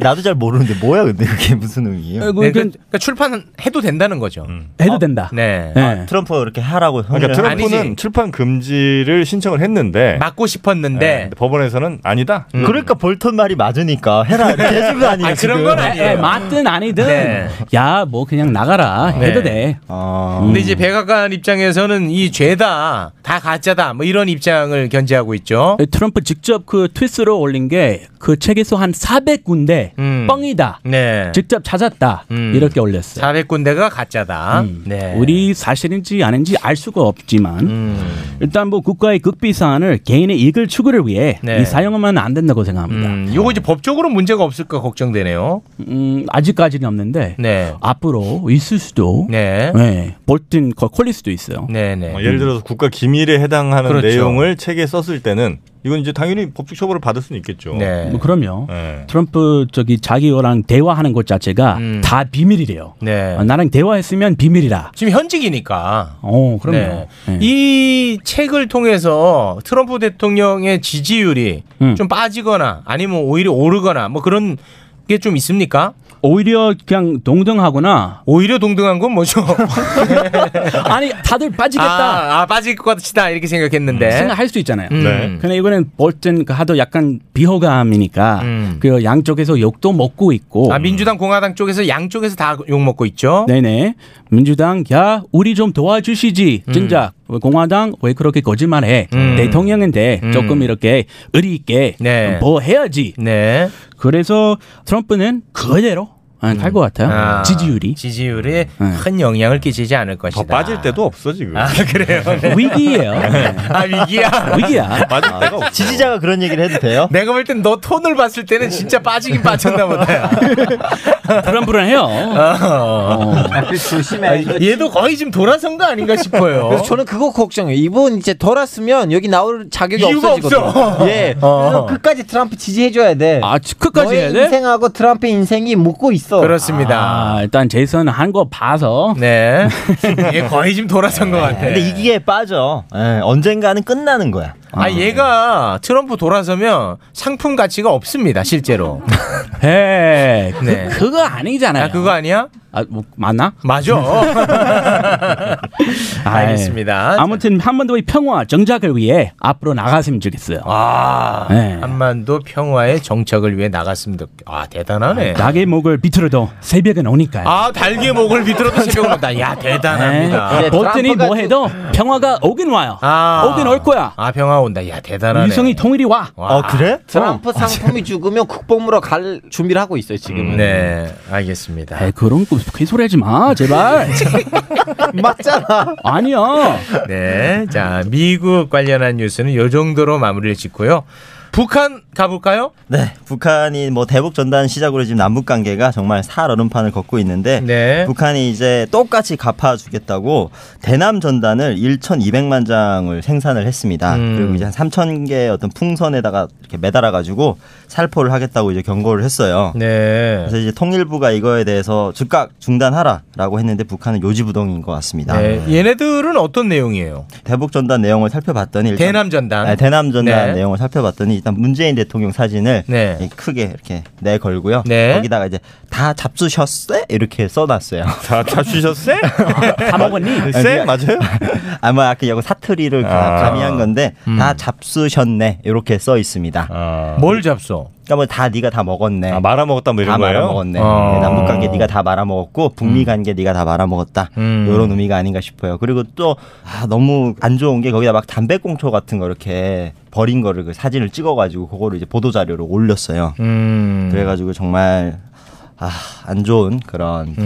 Speaker 14: 나도 잘 모르는데 뭐야 근데 그게 무슨 의미예요? 어,
Speaker 8: 네, 그러니까, 그러니까 출판 해도 된다는 거죠.
Speaker 10: 어, 음. 해도 된다. 예.
Speaker 8: 네.
Speaker 14: 아, 트럼프 이렇게 하라고.
Speaker 9: 그러니까
Speaker 14: 형님은.
Speaker 9: 트럼프는
Speaker 14: 아니지.
Speaker 9: 출판 금지를 신청을 했는데
Speaker 8: 막고 싶었는데
Speaker 13: 네,
Speaker 9: 법원에서는 아니다.
Speaker 14: 그러니까 볼턴 말이 맞으니까 해라. 해준 거 아니에요? 지금.
Speaker 10: 예, 맞든 아니든
Speaker 14: 네.
Speaker 10: 야 뭐 그냥 나가라 해도
Speaker 8: 네.
Speaker 10: 돼.
Speaker 8: 근데 이제 백악관 입장에서는 이 죄다 다 가짜다 뭐 이런 입장을 견제하고 있죠.
Speaker 10: 네, 트럼프 직접 그 트윗으로 올린 게 그 책에서 한 400군데 뻥이다.
Speaker 8: 음. 네.
Speaker 10: 직접 찾았다. 이렇게 올렸어요.
Speaker 8: 400군데가 가짜다. 네.
Speaker 10: 음,
Speaker 8: 음.
Speaker 10: 우리 사실인지 아닌지 알 수가 없지만 일단 뭐 국가의 극비 사안을 개인의 이익을 추구를 위해
Speaker 8: 네.
Speaker 10: 이 사용하면 안 된다고 생각합니다.
Speaker 8: 음, 요거 이제 법적으로 문제가 없을까 걱정되네요.
Speaker 10: 음, 아직까지는 없는데
Speaker 8: 네.
Speaker 10: 앞으로 있을 수도
Speaker 8: 네.
Speaker 10: 네. 볼튼 거- 콜릴 수도 있어요.
Speaker 8: 네네.
Speaker 9: 어, 예를 들어서 국가 기밀에 해당하는
Speaker 10: 그렇죠.
Speaker 9: 내용을 책에 썼을 때는 이건 이제 당연히 법적 처벌을 받을 수는 있겠죠.
Speaker 8: 네.
Speaker 10: 뭐 그럼요.
Speaker 9: 네.
Speaker 10: 트럼프 저기 자기랑 대화하는 것 자체가 다 비밀이래요.
Speaker 8: 음. 네.
Speaker 10: 어, 나랑 대화했으면 비밀이라.
Speaker 8: 지금 현직이니까.
Speaker 10: 어, 그럼요. 네.
Speaker 8: 이 책을 통해서 트럼프 대통령의 지지율이
Speaker 10: 음.
Speaker 8: 좀 빠지거나 아니면 오히려 오르거나 뭐 그런 게 좀 있습니까?
Speaker 10: 오히려 그냥 동등하거나
Speaker 8: 오히려 동등한 건 뭐죠?
Speaker 10: 아니 다들 빠지겠다.
Speaker 8: 아, 아, 빠질 것 같다 이렇게 생각했는데
Speaker 10: 생각할 수 있잖아요.
Speaker 8: 음. 네.
Speaker 10: 근데 이거는 볼튼 하도 약간 비호감이니까 그 양쪽에서 욕도 먹고 있고.
Speaker 8: 아 민주당 공화당 쪽에서 양쪽에서 다 욕 먹고 있죠.
Speaker 10: 네네. 민주당 야 우리 좀 도와주시지. 진짜 공화당 왜 그렇게 거짓말해?
Speaker 8: 음.
Speaker 10: 대통령인데
Speaker 8: 음.
Speaker 10: 조금 이렇게 의리 있게
Speaker 8: 네.
Speaker 10: 뭐 해야지. 그래서 트럼프는 그대로 갈 것 음. 같아요.
Speaker 8: 아,
Speaker 10: 지지율이. 네.
Speaker 8: 지지율에 큰 영향을 끼치지 않을 것이다. 더 빠질
Speaker 15: 때도 없어 지금.
Speaker 8: 아 그래요.
Speaker 10: 위기예요.
Speaker 8: 아 위기야.
Speaker 10: 위기야.
Speaker 15: 맞을
Speaker 9: 아,
Speaker 15: 때가 없어.
Speaker 13: 지지자가 그런 얘기를 해도 돼요?
Speaker 8: 내가 볼 땐 너 톤을 봤을 때는 진짜 빠지긴 빠졌나 보다.
Speaker 10: 불안불안해요.
Speaker 9: 조심해.
Speaker 8: 어. 얘도 거의 지금 돌아선 거 아닌가 싶어요.
Speaker 9: 그래서 저는 그거 걱정해요. 이분 이제 돌았으면 여기 나올 자격이
Speaker 8: 이유가
Speaker 9: 없어지거든요.
Speaker 8: 없어.
Speaker 9: 예.
Speaker 8: 어.
Speaker 9: 그래서 끝까지 트럼프 지지해줘야
Speaker 8: 네.
Speaker 9: 돼.
Speaker 10: 아, 끝까지
Speaker 9: 너의
Speaker 10: 해야 돼?
Speaker 9: 인생하고 트럼프의 인생이 묶고 있어.
Speaker 10: 아, 일단 제이슨 한 거 봐서.
Speaker 8: 네. 얘 거의 지금 돌아선 것 같아.
Speaker 13: 근데 이게 빠져. 예, 언젠가는 끝나는 거야.
Speaker 8: 아 얘가 트럼프 돌아서면 상품 가치가 없습니다 실제로.
Speaker 10: 에
Speaker 8: 네.
Speaker 10: 그, 그거 아니잖아요.
Speaker 8: 아 그거 아니야?
Speaker 10: 아, 뭐, 맞나?
Speaker 8: 맞아.
Speaker 10: 아이, 예.
Speaker 8: 알겠습니다.
Speaker 10: 아무튼 한반도의 평화 정작을 위해 앞으로 나갔으면 좋겠어요.
Speaker 8: 아,
Speaker 10: 네.
Speaker 8: 한반도 평화의 정착을 위해 나갔으면 좋. 아 대단하네.
Speaker 10: 낙의 목을 비틀어도 새벽은 오니까요.
Speaker 8: 아 달기의 목을 비틀어도 새벽 온다. 야 대단합니다.
Speaker 10: 네. 버튼이 뭐 해도 평화가 오긴 와요. 오긴 올 거야.
Speaker 8: 아 평화 온다. 야 대단하네.
Speaker 10: 유성이 통일이 와.
Speaker 8: 와. 아, 그래?
Speaker 9: 트럼프 상품이 죽으면 국뽕으로 갈 준비를 하고 있어요 지금은.
Speaker 8: 네, 알겠습니다.
Speaker 10: 에이, 그런 거 개소리 하지 마, 제발.
Speaker 9: 맞잖아.
Speaker 10: 아니야.
Speaker 8: 네, 자 미국 관련한 뉴스는 요 정도로 마무리를 짓고요. 북한 가볼까요?
Speaker 13: 네, 북한이 뭐 대북 전단 시작으로 지금 남북 관계가 정말 살얼음판을 걷고 있는데 북한이 이제 똑같이 갚아주겠다고 대남 전단을 1,200만 장을 생산을 했습니다.
Speaker 16: 음.
Speaker 13: 그리고 이제 한 3,000개 의 어떤 풍선에다가 이렇게 매달아 가지고 살포를 하겠다고 이제 경고를 했어요.
Speaker 8: 네.
Speaker 13: 그래서 이제 통일부가 이거에 대해서 즉각 중단하라라고 했는데 북한은 요지부동인 것 같습니다.
Speaker 8: 네, 얘네들은 어떤 내용이에요?
Speaker 13: 대북 전단 내용을 살펴봤더니 일단-
Speaker 8: 대남 전단.
Speaker 13: 네, 대남 전단
Speaker 8: 네.
Speaker 13: 내용을 살펴봤더니 일단 문재인 대통령 사진을
Speaker 8: 네.
Speaker 13: 이렇게 크게 이렇게 내 걸고요.
Speaker 8: 네.
Speaker 13: 아, 거기다가 이제 다 잡수셨어요? 이렇게 써놨어요.
Speaker 15: 다 잡수셨어요?
Speaker 10: 다 먹었니?
Speaker 15: 쎄? 맞아요?
Speaker 13: 아마 아까 여기 사투리를
Speaker 15: 아.
Speaker 13: 그 가미한 건데
Speaker 8: 음.
Speaker 13: 다 잡수셨네 이렇게 써 있습니다.
Speaker 8: 뭘 잡수?
Speaker 13: 그러니까 뭐 다 네가 다 먹었네. 아,
Speaker 15: 말아먹었다 뭐 이런
Speaker 13: 다
Speaker 15: 거예요?
Speaker 13: 말아먹었네.
Speaker 15: 아.
Speaker 13: 네, 남북 관계 네가 다 말아먹었고 북미 관계 네가 다 말아먹었다.
Speaker 15: 음.
Speaker 13: 이런 의미가 아닌가 싶어요. 그리고 또 아, 너무 안 좋은 게 거기다 막 담배꽁초 같은 거 이렇게 버린 거를 그 사진을 찍어가지고 그거를 이제 보도 자료로 올렸어요.
Speaker 8: 음.
Speaker 13: 그래가지고 정말 아, 안 좋은 그런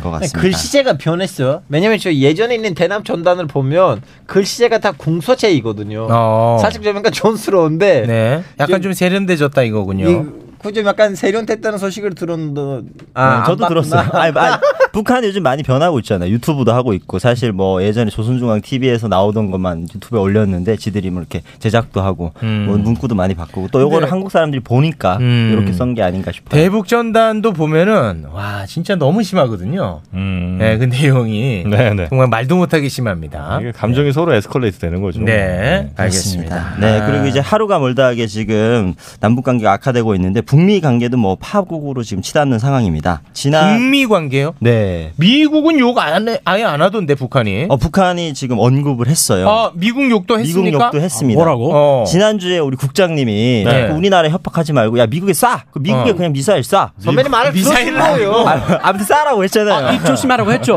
Speaker 13: 것
Speaker 9: 아니,
Speaker 13: 같습니다.
Speaker 9: 글씨체가 변했어요. 왜냐면 저 예전에 있는 대남 전단을 보면 글씨체가 다 공서체이거든요.
Speaker 8: 어.
Speaker 9: 사실 좀 약간 촌스러운데
Speaker 8: 네, 약간 좀 세련돼졌다 이거군요.
Speaker 9: 그좀 약간 세련됐다는 소식을 들었는데
Speaker 13: 아,
Speaker 9: 안
Speaker 13: 저도
Speaker 9: 봤구나.
Speaker 13: 들었어요. 아니, 아니, 북한 요즘 많이 변하고 있잖아요. 유튜브도 하고 있고 사실 뭐 예전에 조선중앙 TV에서 나오던 것만 유튜브에 올렸는데 지들이 뭐 이렇게 제작도 하고
Speaker 8: 음.
Speaker 13: 뭐 문구도 많이 바꾸고 또 요거를
Speaker 8: 근데-
Speaker 13: 한국 사람들이 보니까
Speaker 8: 음.
Speaker 13: 이렇게 쓴 게 아닌가 싶어요.
Speaker 8: 대북 전단도 보면은 와 진짜 너무 심하거든요. 네, 그 내용이
Speaker 15: 음. 네, 네.
Speaker 8: 정말 말도 못하게 심합니다.
Speaker 15: 이게 감정이 서로 에스컬레이트 되는 거죠.
Speaker 8: 네,
Speaker 13: 그렇습니다.
Speaker 8: 알겠습니다.
Speaker 13: 네,
Speaker 8: 아.
Speaker 13: 그리고 이제 하루가 멀다하게 지금 남북 관계가 악화되고 있는데 북미 관계도 뭐 파국으로 지금 치닫는 상황입니다. 지난
Speaker 8: 북미 관계요?
Speaker 13: 네.
Speaker 8: 미국은 욕 안, 해- 아예 안 하던데 북한이.
Speaker 13: 어, 북한이 지금 언급을 했어요.
Speaker 8: 아 미국 욕도 했습니까?
Speaker 13: 미국 욕도 했습니다.
Speaker 8: 어.
Speaker 13: 지난주에 우리 국장님이
Speaker 8: 네.
Speaker 13: 자꾸 우리나라에 협박하지 말고 야 미국에 쏴. 그 미국에
Speaker 8: 어.
Speaker 13: 그냥 미사일 쏴.
Speaker 9: 선배님 말을 미사일 들어주세요. 아니고.
Speaker 13: 아, 아무튼 쏴라고 했잖아요.
Speaker 10: 입 조심하라고 했죠.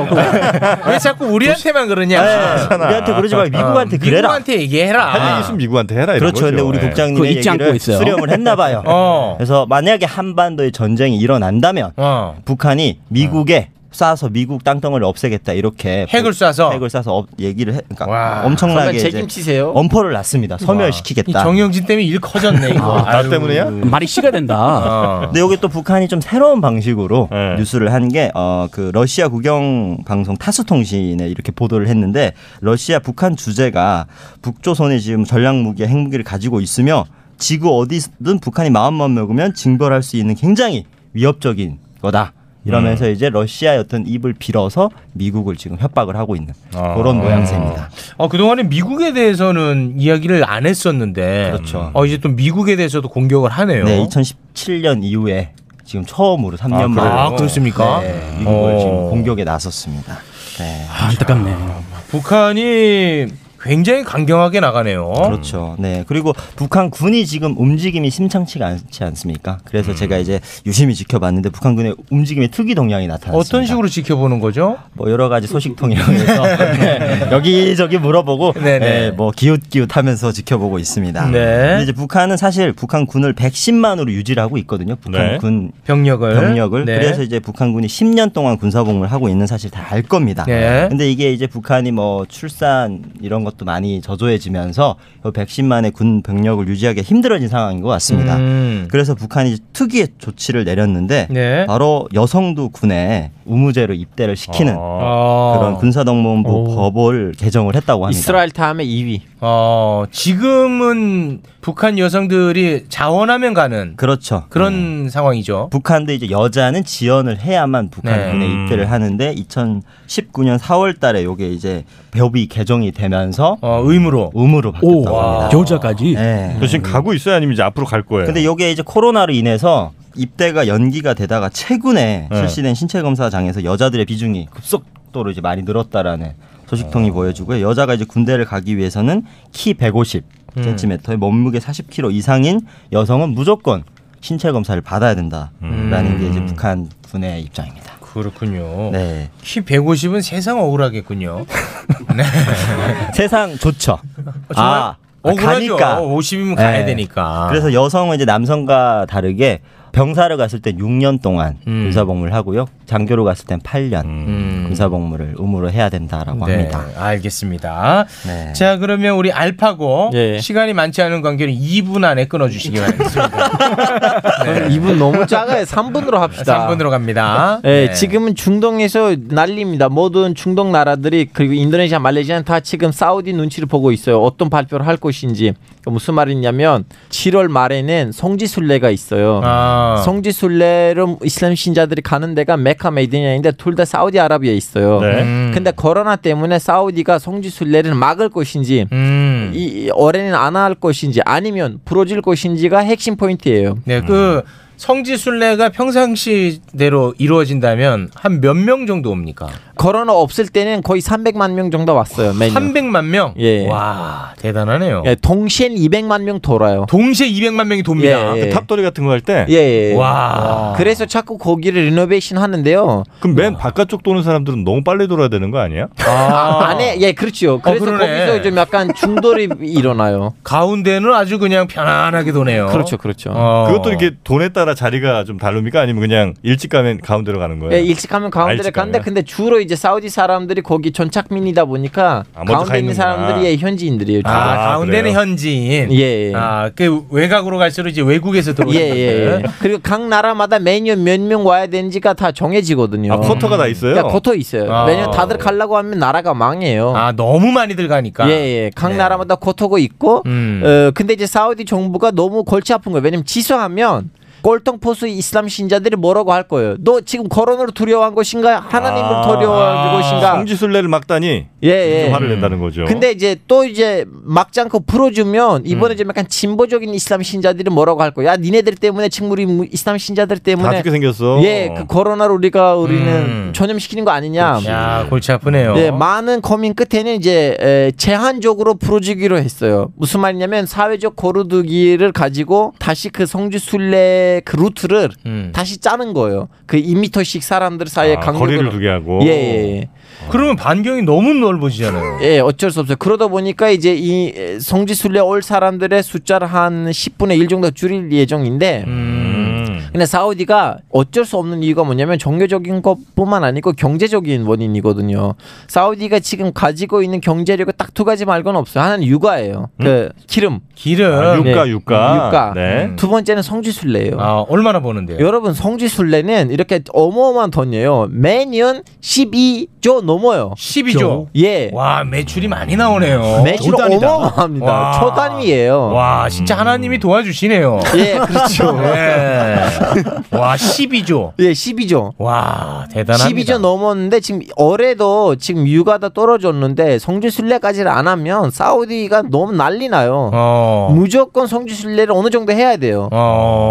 Speaker 8: 왜 자꾸 우리한테만 그러냐? 아.
Speaker 13: 우리한테 그러지 말고 아, 네. 미국한테 그래라.
Speaker 8: 어.
Speaker 13: 아,
Speaker 8: 미국한테 얘기해라.
Speaker 13: 할 얘기 있으면
Speaker 15: 미국한테 해라 이런
Speaker 13: 그렇죠. 근데
Speaker 15: 거죠.
Speaker 13: 우리
Speaker 15: 예.
Speaker 13: 국장님의 얘기를 수렴을 했나 봐요.
Speaker 8: 어.
Speaker 13: 그래서 만약에 한반도의 전쟁이 일어난다면
Speaker 8: 어.
Speaker 13: 북한이 미국에 쏴서 미국 땅덩어리를 없애겠다 이렇게
Speaker 8: 핵을 쏴서
Speaker 13: 핵을 쏴서 업- 얘기를 해, 그러니까 엄청나게
Speaker 8: 선배님
Speaker 13: 이제
Speaker 8: 책임지세요.
Speaker 13: 엄포를 놨습니다.
Speaker 8: 이
Speaker 13: 소멸시키겠다.
Speaker 8: 정영진 때문에 일 커졌네 이거. 아유.
Speaker 10: 말이 씨가
Speaker 8: 어.
Speaker 10: 된다.
Speaker 13: 근데 여기 또 북한이 좀 새로운 방식으로 뭐,
Speaker 8: 네.
Speaker 13: 뉴스를 한 게 어 그 러시아 국영 방송 타스 통신에 이렇게 보도를 했는데 러시아 북한 주재가 북조선이 지금 전략 무기 핵무기를 가지고 있으며 지구 어디든 북한이 마음만 먹으면 징벌할 수 있는 굉장히 위협적인 거다. 이러면서
Speaker 8: 음.
Speaker 13: 이제 러시아의 어떤 입을 빌어서 미국을 지금 협박을 하고 있는 그런 모양새입니다.
Speaker 8: 어, 그동안에 미국에 대해서는 이야기를 안 했었는데. 그렇죠. 어, 이제 또 미국에 대해서도 공격을 하네요.
Speaker 13: 네, 2017년 이후에
Speaker 17: 지금 처음으로 3년
Speaker 8: 아,
Speaker 17: 만에
Speaker 8: 그래요? 아, 그렇습니까?
Speaker 17: 네, 미국을
Speaker 8: 어.
Speaker 17: 지금 공격에
Speaker 8: 음.
Speaker 17: 나섰습니다. 네.
Speaker 10: 안타깝네.
Speaker 8: 북한이 굉장히 강경하게 나가네요.
Speaker 17: 그렇죠. 네. 그리고 북한 군이 지금 움직임이 심상치가 않지 않습니까? 그래서
Speaker 8: 음.
Speaker 17: 제가 이제 유심히 지켜봤는데 북한 군의 움직임에 특이 동향이 나타났습니다.
Speaker 8: 어떤 식으로 지켜보는 거죠?
Speaker 17: 뭐 여러 가지 소식통이라고 해서 네, 여기저기 물어보고 네, 뭐 기웃기웃하면서 지켜보고 있습니다.
Speaker 8: 네.
Speaker 17: 근데 이제 북한은 사실 북한 군을 110만으로 유지하고 있거든요. 북한
Speaker 8: 네.
Speaker 17: 군
Speaker 8: 병력을. 네.
Speaker 17: 그래서 이제 북한군이 10년 동안 군사복무를 하고 있는 사실 다 알 겁니다.
Speaker 8: 네.
Speaker 17: 근데 이게 이제 북한이 뭐 출산 이런 것도 많이 저조해지면서 110만의 군 병력을 유지하기 힘들어진 상황인 것 같습니다.
Speaker 8: 음.
Speaker 17: 그래서 북한이 특이의 조치를 내렸는데
Speaker 8: 네.
Speaker 17: 바로 여성도 군에 우무제로 입대를 시키는
Speaker 8: 아.
Speaker 17: 그런 군사동문부 법을 개정을 했다고 합니다.
Speaker 13: 이스라엘 다음에 2위.
Speaker 8: 어, 지금은 북한 여성들이 자원하면 가는
Speaker 17: 그렇죠.
Speaker 8: 그런 상황이죠.
Speaker 17: 북한도 이제 여자는 지원을 해야만 북한군에
Speaker 8: 네.
Speaker 17: 입대를 하는데 2019년 4월달에 요게 이제 법이 개정이 되면서
Speaker 8: 어, 의무로
Speaker 17: 의무로 바뀌었다고 합니다.
Speaker 10: 여자까지.
Speaker 17: 네.
Speaker 9: 그
Speaker 13: 음.
Speaker 9: 지금 가고 있어요, 아니면 이제 앞으로 갈 거예요?
Speaker 8: 네.
Speaker 17: 근데 요게 이제 코로나로 인해서 입대가 연기가 되다가 최근에
Speaker 9: 네.
Speaker 17: 실시된 신체 검사장에서 여자들의 비중이 급속도로 이제 많이 늘었다라는 소식통이 보여주고요. 여자가 이제 군대를 가기 위해서는 키
Speaker 8: 음.
Speaker 17: 150cm에 몸무게 40kg 이상인 여성은 무조건 신체 검사를 받아야 된다라는
Speaker 8: 음.
Speaker 17: 게 이제 북한 군의 입장입니다.
Speaker 8: 그렇군요.
Speaker 17: 네.
Speaker 8: 키 150은 세상 억울하겠군요. 네.
Speaker 17: 세상 좋죠.
Speaker 8: 어, 정말 억울하죠.
Speaker 17: 아, 가니까.
Speaker 8: 50이면 가야
Speaker 17: 네.
Speaker 8: 되니까.
Speaker 17: 그래서 여성은 이제 남성과 다르게 병사로 갔을 때 6년 동안
Speaker 8: 음.
Speaker 17: 군사복무를 하고요. 장교로 갔을 땐 8년 군사복무를 의무로 해야 된다라고
Speaker 8: 네,
Speaker 17: 합니다.
Speaker 8: 알겠습니다.
Speaker 17: 네.
Speaker 8: 자, 그러면 우리 알파고
Speaker 17: 예.
Speaker 8: 시간이 많지 않은 관계로 2분 안에 끊어 주시기
Speaker 17: 네.
Speaker 8: 바랍니다.
Speaker 13: 저는 2분 너무 작아요. 3분으로 합시다.
Speaker 8: 3분으로 갑니다.
Speaker 13: 예,
Speaker 8: 네.
Speaker 13: 지금은 중동에서 난리입니다. 모든 중동 나라들이 그리고 인도네시아, 말레이시아는 다 지금 사우디 눈치를 보고 있어요. 어떤 발표를 할 것인지. 그러니까 무슨 말이냐면 7월 말에는 성지순례가 있어요.
Speaker 8: 아.
Speaker 13: 성지순례로 이슬람 신자들이 가는 데가 메카 메디나인데 둘 다 사우디아라비아에 있어요.
Speaker 8: 네. 음.
Speaker 13: 근데 코로나 때문에 사우디가 성지순례를 막을 것인지
Speaker 8: 음.
Speaker 13: 이 올해는 안 할 것인지 아니면 부러질 것인지가 핵심 포인트예요.
Speaker 8: 네, 그
Speaker 17: 음.
Speaker 8: 성지 순례가 평상시대로 이루어진다면 한 몇 명 정도 옵니까?
Speaker 13: 코로나 없을 때는 거의 300만 명 정도 왔어요. 매년.
Speaker 8: 300만 명?
Speaker 13: 예.
Speaker 8: 와, 대단하네요.
Speaker 13: 예, 동시엔 200만 명 돌아요.
Speaker 8: 동시에 200만 명이 돕니다. 그 탑돌이
Speaker 9: 같은 거 할 때?
Speaker 13: 예, 예.
Speaker 8: 와.
Speaker 13: 그래서 자꾸 거기를 리노베이션 하는데요.
Speaker 9: 그럼 맨 바깥쪽 도는 사람들은 너무 빨리 돌아야 되는 거 아니야?
Speaker 13: 아. 안에 예, 그렇죠. 그래서
Speaker 8: 어, 그러네.
Speaker 13: 거기서 좀 약간 중돌이 일어나요.
Speaker 8: 가운데는 아주 그냥 편안하게 도네요.
Speaker 13: 그렇죠, 그렇죠.
Speaker 8: 어,
Speaker 17: 어.
Speaker 9: 그것도 이렇게 돈에 따라 자리가 좀 다릅니까? 아니면 그냥 일찍 가면 가운데로 가는 거예요?
Speaker 13: 예, 일찍 가면 가운데를
Speaker 9: 일찍
Speaker 13: 간데
Speaker 9: 가면?
Speaker 13: 근데 주로 이제 사우디 사람들이 거기 전착민이다 보니까
Speaker 9: 아, 먼저 가
Speaker 13: 가운데 있는
Speaker 9: 있는구나.
Speaker 13: 사람들이 예, 현지인들이에요.
Speaker 8: 아, 가운데는 현지인.
Speaker 13: 예, 예.
Speaker 8: 아, 그 외곽으로 갈수록 이제 외국에서 들어오는
Speaker 13: 예, 예, 예. 그리고 각 나라마다 매년 몇 명 와야 되는지가 다 정해지거든요.
Speaker 8: 아, 쿼터가 다 있어요?
Speaker 13: 예, 쿼터 있어요.
Speaker 8: 아.
Speaker 13: 매년 다들 가려고 하면 나라가 망해요.
Speaker 8: 아, 너무 많이들 가니까.
Speaker 13: 예, 예. 각 나라마다 쿼터가 있고,
Speaker 8: 음.
Speaker 13: 어, 근데 이제 사우디 정부가 너무 골치 아픈 거예요. 왜냐면 지소하면 꼴통포수 이슬람 신자들이 뭐라고 할 거예요. 너 지금 거론으로 두려워한 것인가? 하나님을 두려워한 것인가?
Speaker 9: 성지순례를 막다니
Speaker 13: 예, 예.
Speaker 9: 좀 화를 낸다는 거죠.
Speaker 13: 근데 이제 또 이제 네, 막지 않고 풀어주면 이번에 좀 약간 진보적인 이슬람 신자들은 뭐라고 할 거야? 야, 니네들 때문에 지금 우리 무- 이슬람 신자들 때문에
Speaker 9: 죽게 생겼어.
Speaker 13: 예, 그 코로나로 우리가 우리는 전염시키는 거 아니냐?
Speaker 8: 야, 골치 아프네요.
Speaker 13: 네, 많은 고민 끝에는 이제 에, 제한적으로 풀어주기로 했어요. 무슨 말이냐면 사회적 거리두기를 가지고 다시 그 성지 순례 그 루트를 다시 짜는 거예요. 그 2미터씩 사람들 사이에
Speaker 9: 음. 아,
Speaker 13: 간격을-
Speaker 9: 거리를 두게 하고.
Speaker 13: 예, 예, 예.
Speaker 8: 그러면 반경이 너무 넓어지잖아요.
Speaker 13: 예, 어쩔 수 없어요. 그러다 보니까 이제 이 성지 순례 올 사람들의 숫자를 한 10분의 1 정도 줄일 예정인데
Speaker 8: 음.
Speaker 13: 근데 사우디가 어쩔 수 없는 이유가 뭐냐면 종교적인 것뿐만 아니고 경제적인 원인이거든요. 사우디가 지금 가지고 있는 경제력이 딱 두 가지 말고는 없어요. 하나는 육아예요. 그 기름. 네.
Speaker 8: 기름. 음? 아, 육가, 육가.
Speaker 13: 육가. 음.
Speaker 8: 네.
Speaker 13: 어, 두 번째는 성지순례예요.
Speaker 8: 아, 얼마나 버는데요?
Speaker 13: 여러분 성지순례는 이렇게 어마어마한 돈이에요. 매년 12조 넘어요.
Speaker 8: 12조?
Speaker 13: 예.
Speaker 8: 와, 매출이 많이 나오네요.
Speaker 13: 매출
Speaker 8: 조단위다.
Speaker 13: 어마어마합니다.
Speaker 8: 어, 와.
Speaker 13: 초단위예요.
Speaker 9: 음.
Speaker 8: 와, 진짜 하나님이 도와주시네요.
Speaker 13: 예, 그렇죠.
Speaker 8: 예. 와 12조.
Speaker 9: 예, 12조.
Speaker 8: 와 대단합니다.
Speaker 9: 12조 넘었는데 지금 올해도 지금 유가 다 떨어졌는데 성주 순례까지를 안 하면 사우디가 너무 난리 나요.
Speaker 8: 어.
Speaker 9: 무조건 성주 순례를 어느 정도 해야 돼요.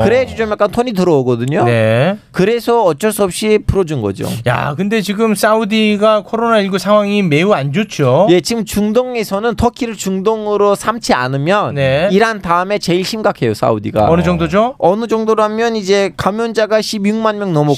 Speaker 9: 그래야지 좀 약간 톤이 들어오거든요.
Speaker 8: 네.
Speaker 9: 그래서 어쩔 수 없이 풀어준 거죠.
Speaker 8: 야 근데 지금 사우디가 코로나19 상황이 매우 안 좋죠.
Speaker 9: 예, 지금 중동에서는 터키를 중동으로 삼지 않으면
Speaker 8: 네.
Speaker 9: 이란 다음에 제일 심각해요 사우디가.
Speaker 8: 어느 정도죠?
Speaker 9: 어느 정도라면 이제 감염자가 16만 명 넘었고요.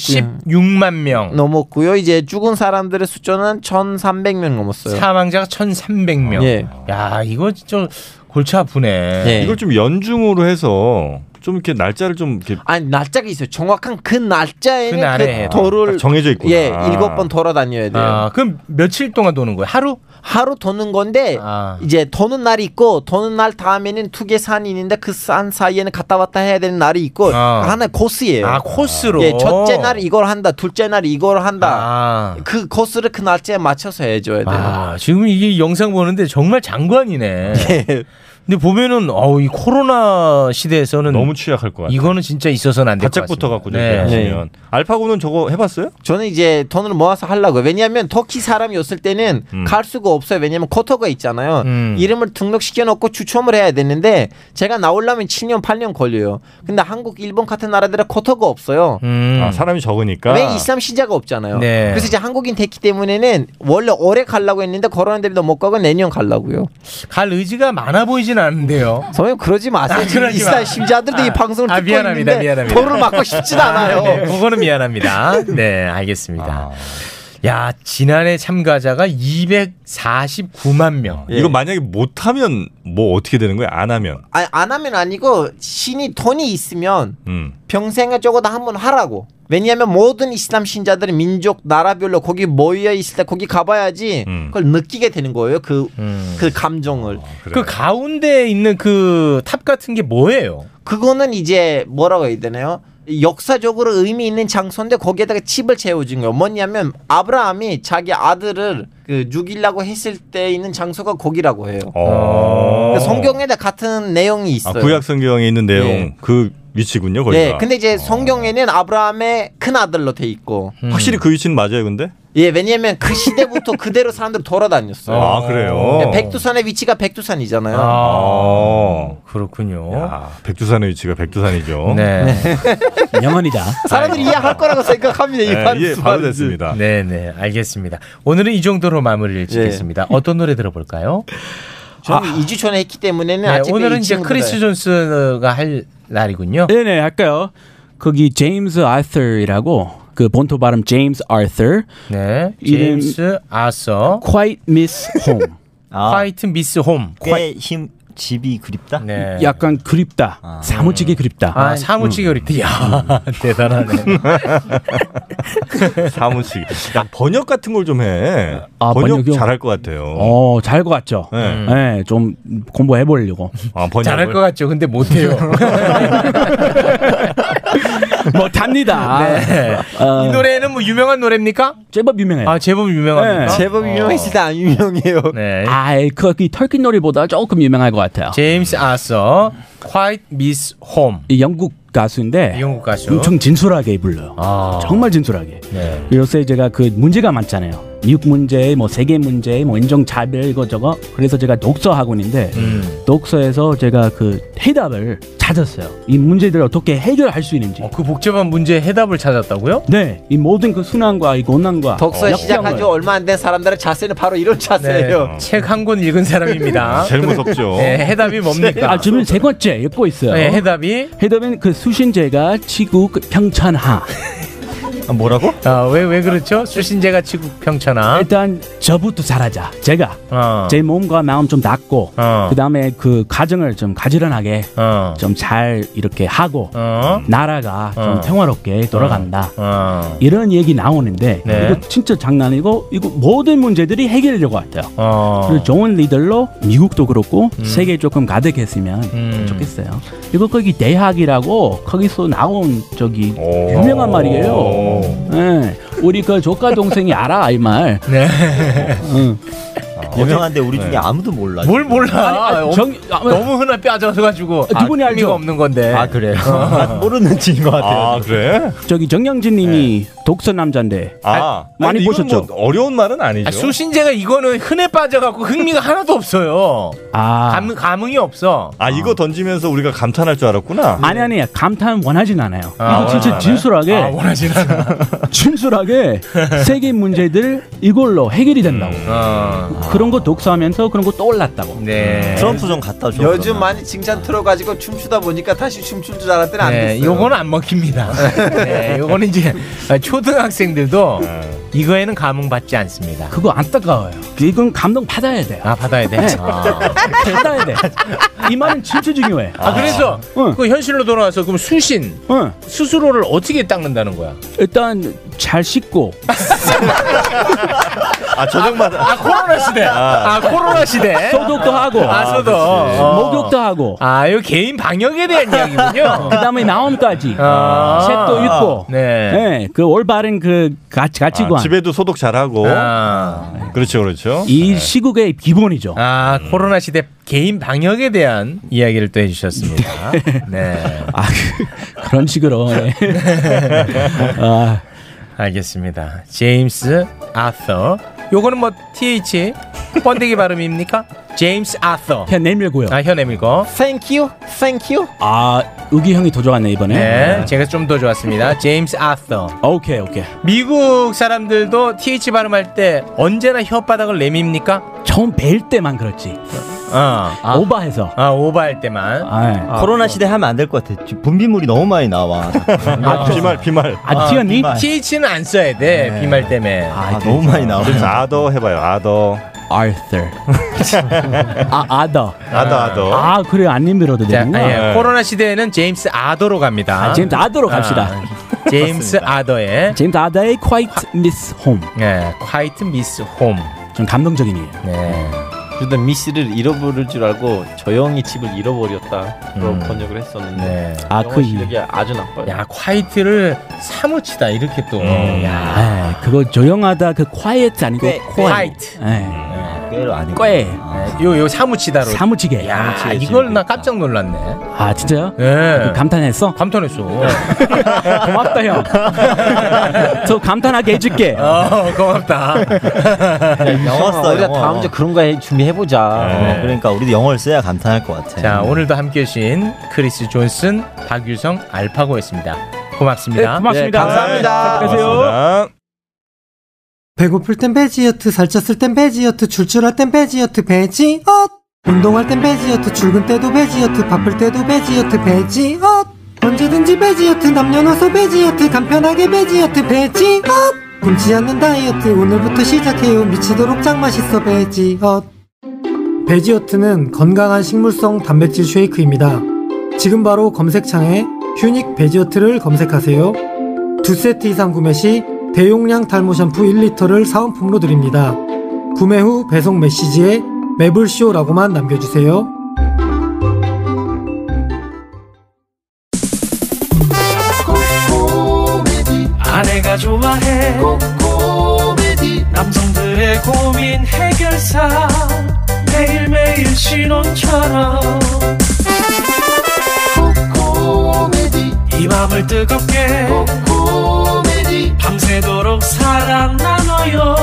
Speaker 8: 16만
Speaker 9: 음,
Speaker 8: 명
Speaker 9: 넘었고요. 이제 죽은 사람들의 숫자는 1,300명 넘었어요.
Speaker 8: 사망자가 1,300명.
Speaker 9: 네. 예.
Speaker 8: 야 이거 진짜 골치 아프네.
Speaker 13: 이걸 좀 연중으로 해서 좀 이렇게 날짜를 좀 이렇게
Speaker 9: 아니 날짜가 있어요. 정확한 그 날짜에는
Speaker 8: 그 날에
Speaker 9: 그
Speaker 8: 해야
Speaker 9: 도를
Speaker 13: 딱 정해져 있구나.
Speaker 9: 예, 일곱 번 돌아다녀야 돼요.
Speaker 8: 아, 그럼 며칠 동안 도는 거예요? 하루?
Speaker 9: 하루 도는
Speaker 8: 아.
Speaker 9: 건데
Speaker 13: 아.
Speaker 9: 이제 도는 날이 있고 도는 날 다음에는 두 개 산이 있는데 그 산 사이에는 갔다 왔다 해야 되는 날이 있고
Speaker 8: 아.
Speaker 9: 하나 코스예요.
Speaker 8: 아, 코스로.
Speaker 9: 예,
Speaker 13: 어.
Speaker 9: 첫째 날 이걸 한다, 둘째 날 이걸 한다.
Speaker 13: 아.
Speaker 9: 그 코스를 그 날짜에 맞춰서 해줘야 돼요.
Speaker 8: 아, 지금 이게 영상 보는데 정말 장관이네.
Speaker 9: 예.
Speaker 8: 근데 보면은 어우 이 코로나 시대에서는
Speaker 13: 너무 취약할 것 네. 같아요.
Speaker 8: 이거는 진짜 있어서는 안 될 것 같습니다.
Speaker 13: 바짝 붙어갖고 저렇게 하시면. 알파고는 저거 해봤어요?
Speaker 9: 저는 이제 돈을 모아서 하려고요. 왜냐하면 터키 사람이 왔을 때는
Speaker 13: 음.
Speaker 9: 갈 수가 없어요. 왜냐하면 쿼터가 있잖아요. 이름을 등록시켜놓고 추첨을 해야 되는데 제가 나오려면 7년, 8년 걸려요. 근데 한국, 일본 같은 나라들은 쿼터가 없어요.
Speaker 8: 음,
Speaker 13: 아, 사람이 적으니까.
Speaker 9: 왜 이삼 시자가 없잖아요.
Speaker 13: 그러니까 네.
Speaker 9: 그래서 이제 한국인 됐기 때문에는 원래 올해 가려고 했는데 코로나 때문에 못 가고 내년 가려고요.
Speaker 8: 갈 의지가 많아 보이진 않은데요.
Speaker 9: 선생님 그러지 마세요.
Speaker 8: 아,
Speaker 9: 지금
Speaker 8: 그러지
Speaker 9: 이스라엘
Speaker 8: 마.
Speaker 9: 심지아들도 이 방송을
Speaker 8: 아,
Speaker 9: 듣고
Speaker 8: 미안합니다.
Speaker 9: 있는데
Speaker 8: 미안합니다.
Speaker 9: 돈을 막고 싶진 않아요.
Speaker 8: 네, 그거는 미안합니다. 네,
Speaker 13: 아.
Speaker 8: 알겠습니다. 야, 지난해 참가자가 249만 명.
Speaker 13: 예. 이거 만약에 못하면 뭐 어떻게 되는 거야? 안 하면.
Speaker 9: 아, 안 하면 아니고 신이 돈이 있으면
Speaker 13: 음.
Speaker 9: 평생에 적어도 한 번 하라고. 왜냐하면
Speaker 13: 아.
Speaker 9: 모든 이슬람 신자들은 민족 나라별로 거기 모여 있을 때 거기 가봐야지
Speaker 13: 음.
Speaker 9: 그걸 느끼게 되는 거예요. 그 그
Speaker 13: 네.
Speaker 9: 감정을.
Speaker 8: 음.
Speaker 13: 아.
Speaker 8: 그 가운데 있는 그 탑 같은 게 뭐예요?
Speaker 9: 그거는 이제 뭐라고 해야 되나요? 역사적으로 의미 있는 장소인데 거기에다가 칩을 채워준 거예요. 뭐냐면 아브라함이 자기 아들을 그 죽이려고 했을 때 있는 장소가 거기라고 해요.
Speaker 8: 어.
Speaker 9: 그러니까 성경에다 같은 내용이
Speaker 13: 어. 아,
Speaker 9: 있어요.
Speaker 13: 구약 성경에 있는 내용
Speaker 9: 예.
Speaker 13: 그 위치군요. 거기가.
Speaker 9: 네, 근데 이제 성경에는 아브라함의 큰 아들로 돼 있고
Speaker 13: 확실히 그 위치는 맞아요, 근데?
Speaker 9: 예, 왜냐면 그 시대부터 그대로 사람들 돌아다녔어요.
Speaker 13: 아, 그래요?
Speaker 9: 예, 백두산의 위치가 백두산이잖아요.
Speaker 13: 아,
Speaker 8: 그렇군요.
Speaker 13: 백두산의 위치가 백두산이죠.
Speaker 8: 네.
Speaker 10: 영원이다.
Speaker 9: 사람들이 이해할 거라고 생각합니다. 이
Speaker 13: 네,
Speaker 9: 말은
Speaker 13: 이해
Speaker 9: 무슨
Speaker 13: 바로
Speaker 9: 말인지.
Speaker 13: 됐습니다.
Speaker 8: 네, 네, 알겠습니다. 오늘은 이 정도로 마무리를 짓겠습니다. 어떤 노래 들어볼까요?
Speaker 9: 저는 2주 전에 했기 때문에는
Speaker 8: 네,
Speaker 9: 아직
Speaker 8: 오늘은 이제 크리스 존스가 할 날이군요.
Speaker 10: 네네 할까요? 거기 제임스 아서이라고 그 본토 발음 제임스 아서.
Speaker 8: 네.
Speaker 10: 이름-
Speaker 8: 제임스 아서.
Speaker 10: Quite Miss Home.
Speaker 8: 화이트 미스 홈.
Speaker 18: 힘 집이 그립다.
Speaker 8: 네.
Speaker 10: 약간 그립다. 사무치게 그립다.
Speaker 8: 아, 음. 사무치게 그립다. 야, 대단하네. 뭐
Speaker 13: 사무실. 야, 번역 같은 걸 좀 해.
Speaker 10: 아,
Speaker 13: 번역
Speaker 10: 번역이요?
Speaker 13: 잘할 것 같아요.
Speaker 10: 어, 잘 것 같죠. 예,
Speaker 13: 네.
Speaker 10: 좀 공부해 보려고.
Speaker 13: 아, 번역을?
Speaker 8: 잘할 것 같죠. 근데 못해요.
Speaker 10: 못합니다. 어,
Speaker 8: 네. 이 노래는 뭐 유명한 노래입니까?
Speaker 10: 제법 유명해요.
Speaker 8: 아, 제법 유명합니다.
Speaker 10: 네. 제법 유명했을
Speaker 9: 때 안 유명해요.
Speaker 8: 네.
Speaker 10: 아, 거기 털킨 노래보다 조금 유명할 것 같아요.
Speaker 8: 제임스 아서, Quite Miss Home.
Speaker 10: 이 영국 가수인데
Speaker 8: 영국 가수. 아.
Speaker 10: 엄청 진솔하게 불러요. 정말 진솔하게.
Speaker 8: 네.
Speaker 10: 요새 제가 그 문제가 많잖아요. 미국 문제, 뭐 세계 문제, 뭐 인종 차별 이거 저거. 그래서 제가 독서 학원인데
Speaker 8: 음.
Speaker 10: 독서에서 제가 그 해답을 찾았어요. 이 문제들을 어떻게 해결할 수 있는지.
Speaker 8: 그 복잡한 문제 해답을 찾았다고요?
Speaker 10: 네, 이 모든 그 순환과 이 고난과
Speaker 9: 독서
Speaker 10: 역경을.
Speaker 9: 시작한 지 얼마 안 된 사람들의 자세는 바로 이런
Speaker 14: 네,
Speaker 10: 네.
Speaker 13: 네.
Speaker 9: 자세예요.
Speaker 14: 어.
Speaker 8: 책 한 권 읽은 사람입니다.
Speaker 10: 제일 무섭죠.
Speaker 8: 네, 해답이 뭡니까?
Speaker 10: 아, 지금 세 번째 읽고 있어요.
Speaker 8: 네, 해답이
Speaker 10: 해답은 그 수신제가 지구 그 평천하.
Speaker 13: 뭐라고?
Speaker 8: 아, 왜, 왜 그렇죠? 수신제가 치고 평천하.
Speaker 10: 일단 저부터 잘하자. 제가
Speaker 8: 어.
Speaker 10: 제 몸과 마음 좀 낫고
Speaker 8: 어.
Speaker 10: 그다음에 그 가정을 좀 가지런하게
Speaker 8: 어.
Speaker 10: 좀 잘 이렇게 하고
Speaker 8: 어.
Speaker 10: 나라가 좀
Speaker 8: 어.
Speaker 10: 평화롭게 돌아간다.
Speaker 8: 어.
Speaker 10: 이런 얘기 나오는데
Speaker 8: 네.
Speaker 10: 이거 진짜 장난이고 이거 모든 문제들이 해결이 될것 같아요.
Speaker 8: 어. 음.
Speaker 10: 그리고 좋은 리더로 미국도 그렇고 세계 조금 가득했으면 좋겠어요. 이거 거기 대학이라고 거기서 나온 저기 유명한 말이에요. 예, 우리 그 조카 동생이 알아 이 말.
Speaker 8: 네.
Speaker 10: 응.
Speaker 14: 아, 유명한데 우리 중에
Speaker 8: 네.
Speaker 14: 아무도 몰라요.
Speaker 8: 뭘 몰라?
Speaker 14: 아니, 아니, 정-
Speaker 8: 어, 너무 흔해 빠져가지고
Speaker 10: 뭐- 아, 누군지 알죠?
Speaker 8: 의미가 없는 건데.
Speaker 14: 아 그래요?
Speaker 10: 모르는 지인 것
Speaker 9: 같아요. 아, 그래?
Speaker 10: 저기 정영진님이
Speaker 8: 네.
Speaker 10: 독서 남자인데
Speaker 9: 아,
Speaker 10: 많이
Speaker 9: 아니, 이건
Speaker 10: 보셨죠?
Speaker 9: 뭐 어려운 말은 아니죠.
Speaker 8: 아, 수신제가 이거는 흔해 빠져갖고 흥미가 하나도 없어요.
Speaker 10: 아.
Speaker 8: 감, 감흥이 없어.
Speaker 9: 아 이거 던지면서 우리가 감탄할 줄 알았구나.
Speaker 10: 아니 아니 감탄 원하진 않아요.
Speaker 8: 어.
Speaker 9: 아,
Speaker 10: 이거
Speaker 9: 원하진
Speaker 10: 진짜
Speaker 9: 않아요?
Speaker 10: 진솔하게
Speaker 9: 아, 원하진
Speaker 10: 진솔하게 세계 문제들 이걸로 해결이 된다고.
Speaker 8: 음.
Speaker 10: 그런 거 독서하면서 그런 거 떠올랐다고.
Speaker 8: 어, 네.
Speaker 14: 트럼프 좀 갖다 줘.
Speaker 11: 요즘 많이 칭찬 틀어가지고 춤추다 보니까 다시 춤출 줄 알았더니 안
Speaker 8: 네,
Speaker 11: 됐어요.
Speaker 8: 요거는 안 먹힙니다. 네, 요거는 이제 초등학생들도 이거에는 감흥 받지 않습니다.
Speaker 10: 그거 안타까워요. 이건 감동 받아야 돼요.
Speaker 8: 아 받아야 돼.
Speaker 10: 네.
Speaker 8: 아.
Speaker 10: 받아야 돼. 이 말은 진짜 중요해.
Speaker 8: 아, 그래서 그 현실로 돌아와서 그럼 수신 스스로를 어떻게 닦는다는 거야?
Speaker 10: 어, 일단 잘 씻고
Speaker 9: 아 저녁마다
Speaker 8: 아, 코로나 시대. 아, 코로나 시대.
Speaker 10: 소독도 하고
Speaker 8: 아 소독.
Speaker 10: 그치.
Speaker 8: 어.
Speaker 10: 목욕도 하고
Speaker 8: 아, 요 개인 방역에 대한 이야기군요.
Speaker 10: 그다음에 나옴까지
Speaker 8: 아.
Speaker 10: 책도 읽고
Speaker 8: 네.
Speaker 10: 네, 그 올바른 그 가, 가치관
Speaker 9: 아, 집에도 소독 잘하고. 그렇죠, 그렇죠.
Speaker 10: 이 시국의 기본이죠.
Speaker 8: 아, 코로나 시대 개인 방역에 대한 이야기를 또 해주셨습니다. 네.
Speaker 10: 아, 그- 그런 식으로. 네. 아.
Speaker 8: 알겠습니다. 제임스 아서. 요거는 뭐 TH 번데기 발음입니까? 제임스 아서.
Speaker 10: 현 내밀고요.
Speaker 8: 아, 현 내밀고.
Speaker 11: Thank you, thank you.
Speaker 10: 아, 의기 형이 더 좋았네 이번에.
Speaker 8: 네, 제가 좀 더 좋았습니다. 제임스 아서.
Speaker 10: 오케이, 오케이.
Speaker 8: 미국 사람들도 TH 발음할 때 언제나 혓바닥을 내밉니까?
Speaker 10: 처음 뵐 때만 그렇지.
Speaker 8: 어.
Speaker 10: 오바해서.
Speaker 8: 아, 오바할 때만.
Speaker 10: 아,
Speaker 14: 코로나 시대 하면 안 될 것 같아. 지금 분비물이 너무 많이 나와.
Speaker 8: 아,
Speaker 9: 비말, 비말.
Speaker 10: 아, 튀었니?
Speaker 14: 비말.
Speaker 8: TH는 안 써야 돼.
Speaker 10: 네.
Speaker 8: 비말 때문에. 그렇죠.
Speaker 14: 아, 너무 많이 나와.
Speaker 9: 그래서 아더 해봐요. 아더.
Speaker 10: Arthur. 아, 아더.
Speaker 9: 아더, 아더.
Speaker 10: 아, 그래 안 내밀어도
Speaker 8: 어? 자,
Speaker 10: 되는구나.
Speaker 8: 예,
Speaker 14: 네.
Speaker 8: 코로나 시대에는 제임스 아더로 갑니다.
Speaker 10: 아, 제임스 아더로 갑시다.
Speaker 8: 아, 제임스 아더의
Speaker 10: 제임스 아더의 Quite Miss Home.
Speaker 8: 예, Quite Miss Home.
Speaker 10: 좀 감동적인 일이에요.
Speaker 8: 네.
Speaker 11: 그러다 미씨를 잃어버릴 줄 알고 조용히 집을 잃어버렸다. 그런 번역을 했었는데.
Speaker 8: 음.
Speaker 11: 어.
Speaker 8: 네.
Speaker 10: 아,
Speaker 11: 영어
Speaker 10: 그 이-
Speaker 11: 실력이 아주 나빠요.
Speaker 8: 야, 콰이트를 사무치다 이렇게 또.
Speaker 11: 음.
Speaker 8: 야.
Speaker 10: 예, 그거 조용하다 그 quiet 아니고
Speaker 8: 꽤,
Speaker 10: quiet. 예.
Speaker 14: 꽤로 아니고.
Speaker 10: 꽤.
Speaker 8: 네. 요, 요 사무치다로.
Speaker 10: 사무치게.
Speaker 8: 야, 이걸 나 깜짝 놀랐네.
Speaker 10: 아, 진짜요?
Speaker 11: 그
Speaker 8: 예.
Speaker 10: 감탄했어?
Speaker 8: 감탄했어.
Speaker 11: 네.
Speaker 10: 고맙다 형. 저 감탄하게 해줄게.
Speaker 8: 어, 고맙다.
Speaker 14: 영어 써,
Speaker 11: 우리가
Speaker 14: 영어.
Speaker 11: 다음 주에 그런 거 해- 준비해보자.
Speaker 14: 어, 그러니까 우리도 영어를 써야 감탄할 것 같아.
Speaker 8: 네. 자, 오늘도 함께 해주신 크리스 존슨, 박유성, 알파고였습니다. 고맙습니다.
Speaker 10: 네, 고맙습니다.
Speaker 8: 네, 감사합니다.
Speaker 9: 고맙습니다.
Speaker 19: 배고플 땐 베지어트, 살쪘을 땐 베지어트, 출출할 땐 베지어트, 베지엇! 운동할 땐 베지어트, 출근 때도 베지어트, 바쁠 때도 베지어트, 베지엇! 언제든지 베지어트, 남녀노소 베지어트, 간편하게 베지어트, 베지엇! 굶지 않는 다이어트, 오늘부터 시작해요. 미치도록 짱 맛있어, 베지엇! 베지어트는 건강한 식물성 단백질 쉐이크입니다. 지금 바로 검색창에 휴닉 베지어트를 검색하세요. 두 세트 이상 구매 시 대용량 탈모 샴푸 1리터를 사은품으로 드립니다. 구매 후 배송 메시지에 매블쇼라고만 남겨주세요.
Speaker 6: 아내가 좋아해 꼬꼬메디 남성들의 고민 해결사 매일매일 신혼처럼 꼬꼬메디 이 맘을 뜨겁게 꼬꼬메디 밤새도록 사랑 나눠요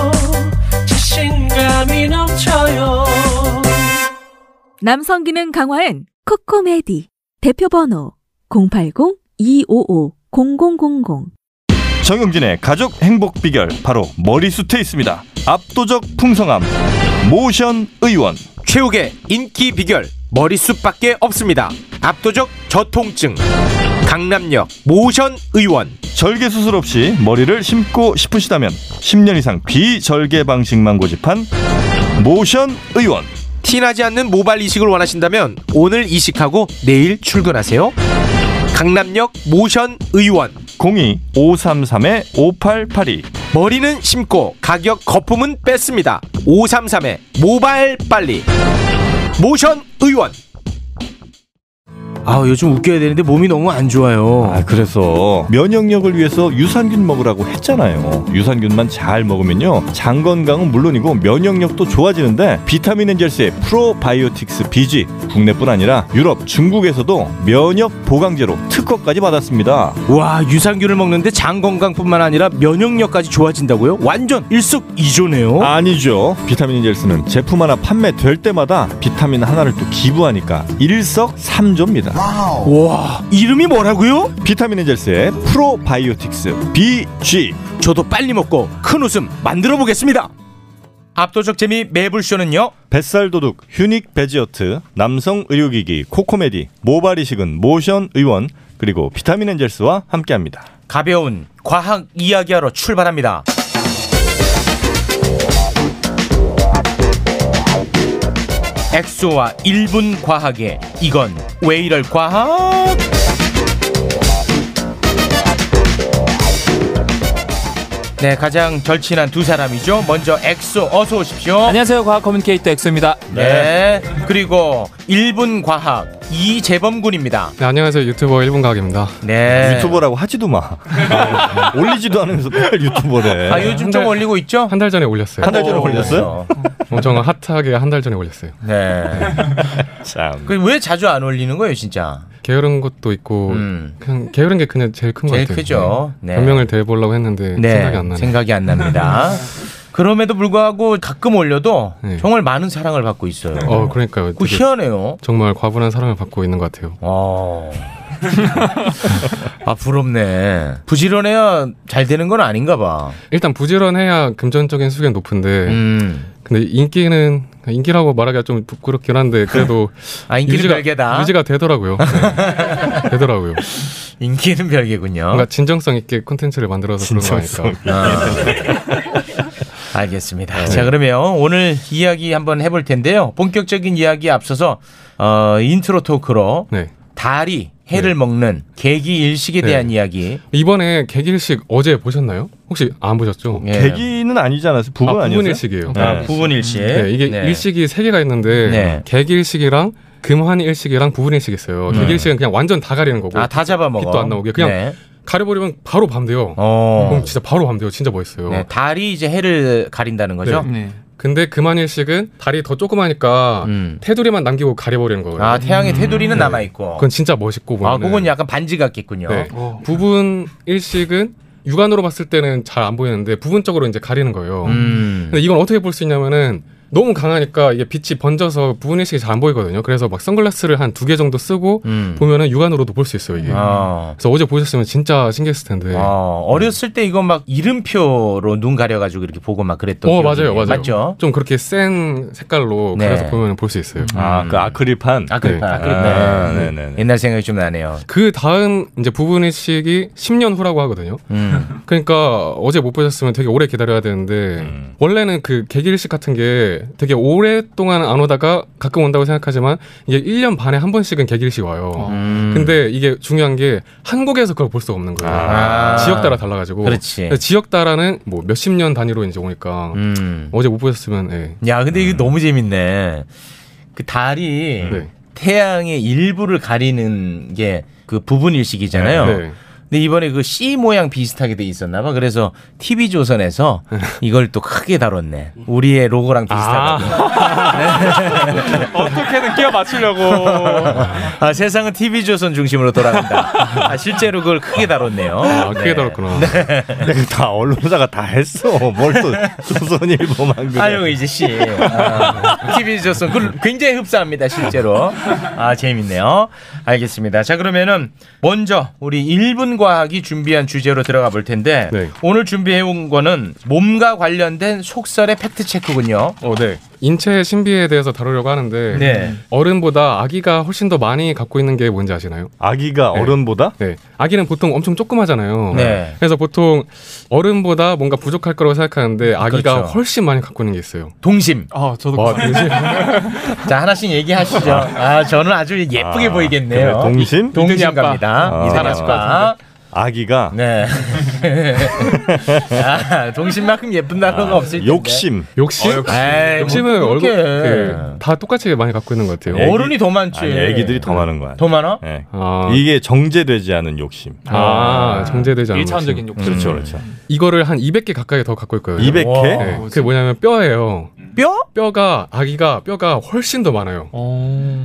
Speaker 6: 자신감이 넘쳐요
Speaker 2: 남성 기능 강화엔 코코메디 대표 번호 080-255-0000
Speaker 9: 정용진의 가족 행복 비결 바로 머리숱에 있습니다. 압도적 풍성함. 모션 의원.
Speaker 8: 최욱의 인기 비결 머리숱밖에 없습니다. 압도적 저통증 강남역 모션 의원
Speaker 9: 절개 수술 없이 머리를 심고 싶으시다면 10년 이상 비절개 방식만 고집한 모션 의원.
Speaker 8: 티나지 않는 모발 이식을 원하신다면 오늘 이식하고 내일 출근하세요. 강남역 모션 의원
Speaker 9: 02-533-5882
Speaker 8: 머리는 심고 가격 거품은 뺐습니다. 533에 모발 빨리 모션 의원 아 요즘 웃겨야 되는데 몸이 너무 안 좋아요.
Speaker 13: 아, 그래서 면역력을 위해서 유산균 먹으라고 했잖아요. 유산균만 잘 먹으면요. 장 건강은 물론이고 면역력도 좋아지는데 비타민 엔젤스의 프로바이오틱스 BG 국내뿐 아니라 유럽, 중국에서도 면역 보강제로 특허까지 받았습니다.
Speaker 8: 와 유산균을 먹는데 장 건강뿐만 아니라 면역력까지 좋아진다고요? 완전 일석이조네요.
Speaker 13: 어? 아니죠. 비타민 엔젤스는 제품 하나 판매될 때마다 비타민 하나를 또 기부하니까 일석삼조입니다.
Speaker 8: 와 이름이 뭐라고요?
Speaker 13: 비타민 엔젤스의 프로바이오틱스 BG.
Speaker 8: 저도 빨리 먹고 큰 웃음 만들어 보겠습니다. 압도적 재미 매불쇼는요.
Speaker 13: 뱃살 도둑, 휴닉 베지어트, 남성 의료기기, 코코메디, 모발 이식은 모션 의원, 그리고 비타민 엔젤스와 함께합니다.
Speaker 8: 가벼운 과학 이야기하러 출발합니다. 엑소와 일본 과학의 이건 왜 이럴 과학? 네, 가장 절친한 두 사람이죠. 먼저 엑소 어서 오십시오. 안녕하세요. 과학 커뮤니케이터 엑소입니다. 네. 그리고 일본 과학 이재범 군입니다.
Speaker 9: 네, 안녕하세요. 유튜버 일본 가학입니다.
Speaker 8: 네.
Speaker 13: 유튜버라고 하지도 마. 올리지도 않으면서 뭘
Speaker 10: 어.
Speaker 13: 유튜버래.
Speaker 8: 아, 요즘 좀 올리고 있죠?
Speaker 9: 한 달 전에 올렸어요.
Speaker 13: 한달 전에 올렸어요?
Speaker 9: 엄청 음. 뭐 핫하게 한 달 전에 올렸어요.
Speaker 8: 네.
Speaker 13: 참.
Speaker 8: 그왜 자주 안 올리는 거예요, 진짜? 음.
Speaker 9: 게으른 것도 있고 그냥 게으른 게 그냥 제일 큰 것
Speaker 8: 제일
Speaker 9: 같아요.
Speaker 8: 크죠.
Speaker 9: 네.
Speaker 8: 네.
Speaker 9: 변명을 대보려고 했는데
Speaker 8: 네,
Speaker 9: 생각이 안 나네요.
Speaker 8: 생각이 안 납니다. 그럼에도 불구하고 가끔 올려도
Speaker 9: 네.
Speaker 8: 정말 많은 사랑을 받고 있어요.
Speaker 9: 어, 그러니까요.
Speaker 8: 그
Speaker 9: 되게
Speaker 8: 희한해요. 어.
Speaker 9: 정말 과분한 사랑을 받고 있는 것 같아요.
Speaker 8: 아 부럽네. 부지런해야 잘 되는 건 아닌가 봐.
Speaker 9: 일단 부지런해야 금전적인 수익은 높은데
Speaker 8: 음.
Speaker 9: 근데 인기는 인기라고 말하기가 좀 부끄럽긴 한데 그래도
Speaker 8: 아, 인기는
Speaker 9: 유지가,
Speaker 8: 별개다.
Speaker 9: 유지가 되더라고요. 네. 되더라고요.
Speaker 8: 인기는 별개군요.
Speaker 9: 뭔가 진정성 있게 콘텐츠를 만들어서 그런 거
Speaker 8: 진정성
Speaker 9: 아닐까.
Speaker 8: 아. 알겠습니다.
Speaker 9: 네.
Speaker 8: 자 그러면 오늘 이야기 한번 해볼 텐데요. 본격적인 이야기에 앞서서 어, 인트로 토크로 달이 해를 먹는 계기 일식에
Speaker 9: 네.
Speaker 8: 대한 이야기.
Speaker 9: 이번에 개길식 어제 보셨나요? 혹시 안 보셨죠?
Speaker 8: 예.
Speaker 13: 계기는 아니지 않았어요? 부분
Speaker 9: 아,
Speaker 13: 아니었어요?
Speaker 9: 일식이에요.
Speaker 13: 아, 부분 일식.
Speaker 9: 네, 이게
Speaker 13: 네.
Speaker 9: 일식이 세 개가 있는데 개길식이랑 금환 일식이랑 부분 일식이 있어요.
Speaker 8: 네. 음.
Speaker 9: 개길식은 그냥 완전 다 가리는 거고.
Speaker 8: 아, 다 잡아먹어.
Speaker 9: 빛도 안 나오게 그냥
Speaker 8: 네.
Speaker 9: 가려버리면 바로 밤돼요.
Speaker 8: 어.
Speaker 9: 그럼 진짜 바로 밤돼요. 진짜 멋있어요.
Speaker 8: 네, 달이 이제 해를 가린다는 거죠.
Speaker 9: 네. 근데 금한일식은 달이 더 조그마하니까 테두리만 남기고 가려버리는 거예요. 음.
Speaker 8: 음.
Speaker 9: 네.
Speaker 8: 아 태양의 테두리는 남아 있고.
Speaker 9: 그건 진짜 멋있고
Speaker 8: 아,
Speaker 9: 보면은.
Speaker 8: 그건 약간 반지 같겠군요.
Speaker 9: 네. 부분 일식은 육안으로 봤을 때는 잘 안 보이는데 부분적으로 이제 가리는 거예요.
Speaker 8: 음.
Speaker 9: 근데 이건 어떻게 볼 수 있냐면은 너무 강하니까 이게 빛이 번져서 부분 일식이 잘 안 보이거든요. 그래서 막 선글라스를 한 두 개 정도 쓰고
Speaker 8: 음.
Speaker 9: 보면은 육안으로도 볼 수 있어요 이게.
Speaker 8: 아.
Speaker 9: 그래서 어제 보셨으면 진짜 신기했을 텐데.
Speaker 8: 어, 어렸을 때 이거 막 이름표로 눈 가려가지고 이렇게 보고 막 그랬던.
Speaker 9: 어
Speaker 8: 기억이
Speaker 9: 맞아요
Speaker 8: 있네요.
Speaker 9: 맞아요.
Speaker 8: 맞죠.
Speaker 9: 좀 그렇게 센 색깔로
Speaker 8: 네.
Speaker 9: 그래서 보면 볼 수 있어요. 음.
Speaker 13: 아, 그 아크릴판.
Speaker 8: 아크릴판.
Speaker 9: 네.
Speaker 8: 아크릴판.
Speaker 9: 아,
Speaker 8: 네. 옛날 생각이 좀 나네요.
Speaker 9: 그 다음 이제 부분 일식이 10년 후라고 하거든요.
Speaker 8: 음.
Speaker 9: 그러니까 어제 못 보셨으면 되게 오래 기다려야 되는데
Speaker 13: 음.
Speaker 9: 원래는 그 개기일식 같은 게 되게 오랫동안 안 오다가 가끔 온다고 생각하지만 이게 1년 반에 한 번씩은 개기일식 와요.
Speaker 8: 음.
Speaker 9: 근데 이게 중요한 게 한국에서 그걸 볼 수가 없는 거예요.
Speaker 8: 아.
Speaker 9: 지역 따라 달라가지고.
Speaker 8: 그렇지.
Speaker 13: 네,
Speaker 9: 그래서 네, 지역 따라는 뭐 몇십 년 단위로 이제 오니까
Speaker 8: 음.
Speaker 9: 어제 못 보셨으면 예.
Speaker 8: 야, 근데 이게 너무 재밌네. 그 달이 태양의 일부를 가리는 게 그 부분 일식이잖아요.
Speaker 9: 네. 네.
Speaker 8: 근데 이번에 그 C 모양 비슷하게 돼 있었나 봐. 그래서 TV 조선에서 이걸 또 크게 다뤘네. 우리의 로고랑 비슷하게.
Speaker 20: 어떻게든 끼워 맞추려고.
Speaker 8: 아, 세상은 TV 조선 중심으로 돌아간다. 아, 실제로 그걸 크게 다뤘네요.
Speaker 13: 아, 크게 다뤘구나. 근데 다 언론사가 다 했어. 뭘 또 조선일보만 그래.
Speaker 8: 아유 이제 씨 아, TV 조선 그 굉장히 흡사합니다 실제로 아 재밌네요 알겠습니다 자 그러면은 먼저 우리 일본 과학이 준비한 주제로 들어가 볼 텐데
Speaker 13: 네.
Speaker 8: 오늘 준비해온 거는 몸과 관련된 속설의 팩트 체크군요
Speaker 9: 어, 네. 인체의 신비에 대해서 다루려고 하는데
Speaker 8: 네.
Speaker 9: 어른보다 아기가 훨씬 더 많이 갖고 있는 게 뭔지 아시나요?
Speaker 13: 아기가
Speaker 9: 어른보다? 네. 아기는 보통 엄청 조그마잖아요.
Speaker 13: 네.
Speaker 9: 그래서 보통 어른보다 뭔가 부족할 거라고 생각하는데 아기가
Speaker 8: 그렇죠.
Speaker 9: 훨씬 많이 갖고 있는 게 있어요.
Speaker 8: 동심.
Speaker 9: 아, 저도
Speaker 8: 동심. 자 하나씩 얘기하시죠 아 저는 아주 예쁘게
Speaker 9: 아,
Speaker 8: 보이겠네요
Speaker 9: 그래, 동심?
Speaker 8: 동심 갑니다
Speaker 9: 아.
Speaker 8: 이상하실 것 같은데.
Speaker 21: 아기가
Speaker 13: 네.
Speaker 8: 네. 아, 동심만큼 예쁜 단어가 없을 텐데.
Speaker 21: 욕심.
Speaker 13: 욕심?
Speaker 8: 아, 어, 욕심. 에이,
Speaker 13: 욕심은
Speaker 8: 뭐
Speaker 13: 얼굴
Speaker 8: 그렇게.
Speaker 9: 예,
Speaker 8: 그
Speaker 13: 그, 다 똑같이 많이 갖고 있는 것 같아요.
Speaker 8: 애기- 어른이 더 많지.
Speaker 13: 네.
Speaker 21: 아니, 네, 애기들이 더 많은 거야.
Speaker 8: 더 많아?
Speaker 21: 네. 이게 정제되지 않은 욕심.
Speaker 13: 아, 정제되지 않은
Speaker 21: 일차원적인
Speaker 13: 욕심. 음.
Speaker 21: 욕심. 그렇죠, 그렇죠.
Speaker 13: 이거를 한 200개 가까이 더 갖고 있고요.
Speaker 21: 200 개?
Speaker 13: 네, 그게 뭐냐면 뼈예요.
Speaker 8: 뼈?
Speaker 13: 뼈가 아기가 뼈가 훨씬 더 많아요.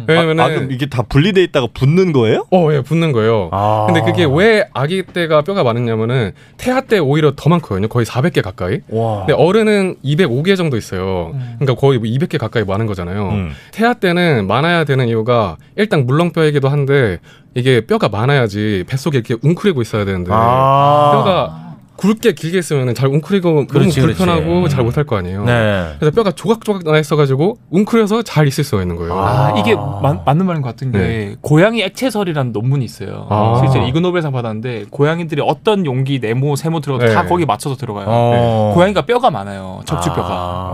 Speaker 21: 아, 아, 그럼 이게 다 분리돼 있다가 붙는 거예요?
Speaker 13: 어, 예, 붙는 거예요.
Speaker 8: 아.
Speaker 13: 근데 그게 왜 아기 때가 뼈가 많았냐면은 태아 때 오히려 더 많거든요. 거의 400개 가까이. 근데 어른은 205개 정도 있어요. 그러니까 거의 200개 가까이 많은 거잖아요. 태아 때는 많아야 되는 이유가 일단 물렁뼈이기도 한데 이게 뼈가 많아야지 뱃속에 이렇게 웅크리고 있어야 되는데
Speaker 8: 아.
Speaker 13: 뼈가 굵게 길게 있으면 잘 웅크리고
Speaker 8: 그렇지,
Speaker 13: 너무
Speaker 8: 그렇지.
Speaker 13: 불편하고 잘 못할 거 아니에요.
Speaker 8: 네.
Speaker 13: 그래서 뼈가 조각조각 나 있어가지고 웅크려서 잘 있을 수가 있는 거예요.
Speaker 9: 아, 이게 마- 맞는 말인 것 같은 게
Speaker 13: 네.
Speaker 9: 고양이 액체설이라는 논문이 있어요.
Speaker 13: 아.
Speaker 9: 실제 이그노벨상 받았는데 고양이들이 어떤 용기, 네모, 세모 들어가도
Speaker 13: 네.
Speaker 9: 다 거기 맞춰서 들어가요.
Speaker 13: 어.
Speaker 9: 네. 고양이가 뼈가 많아요. 척추뼈가.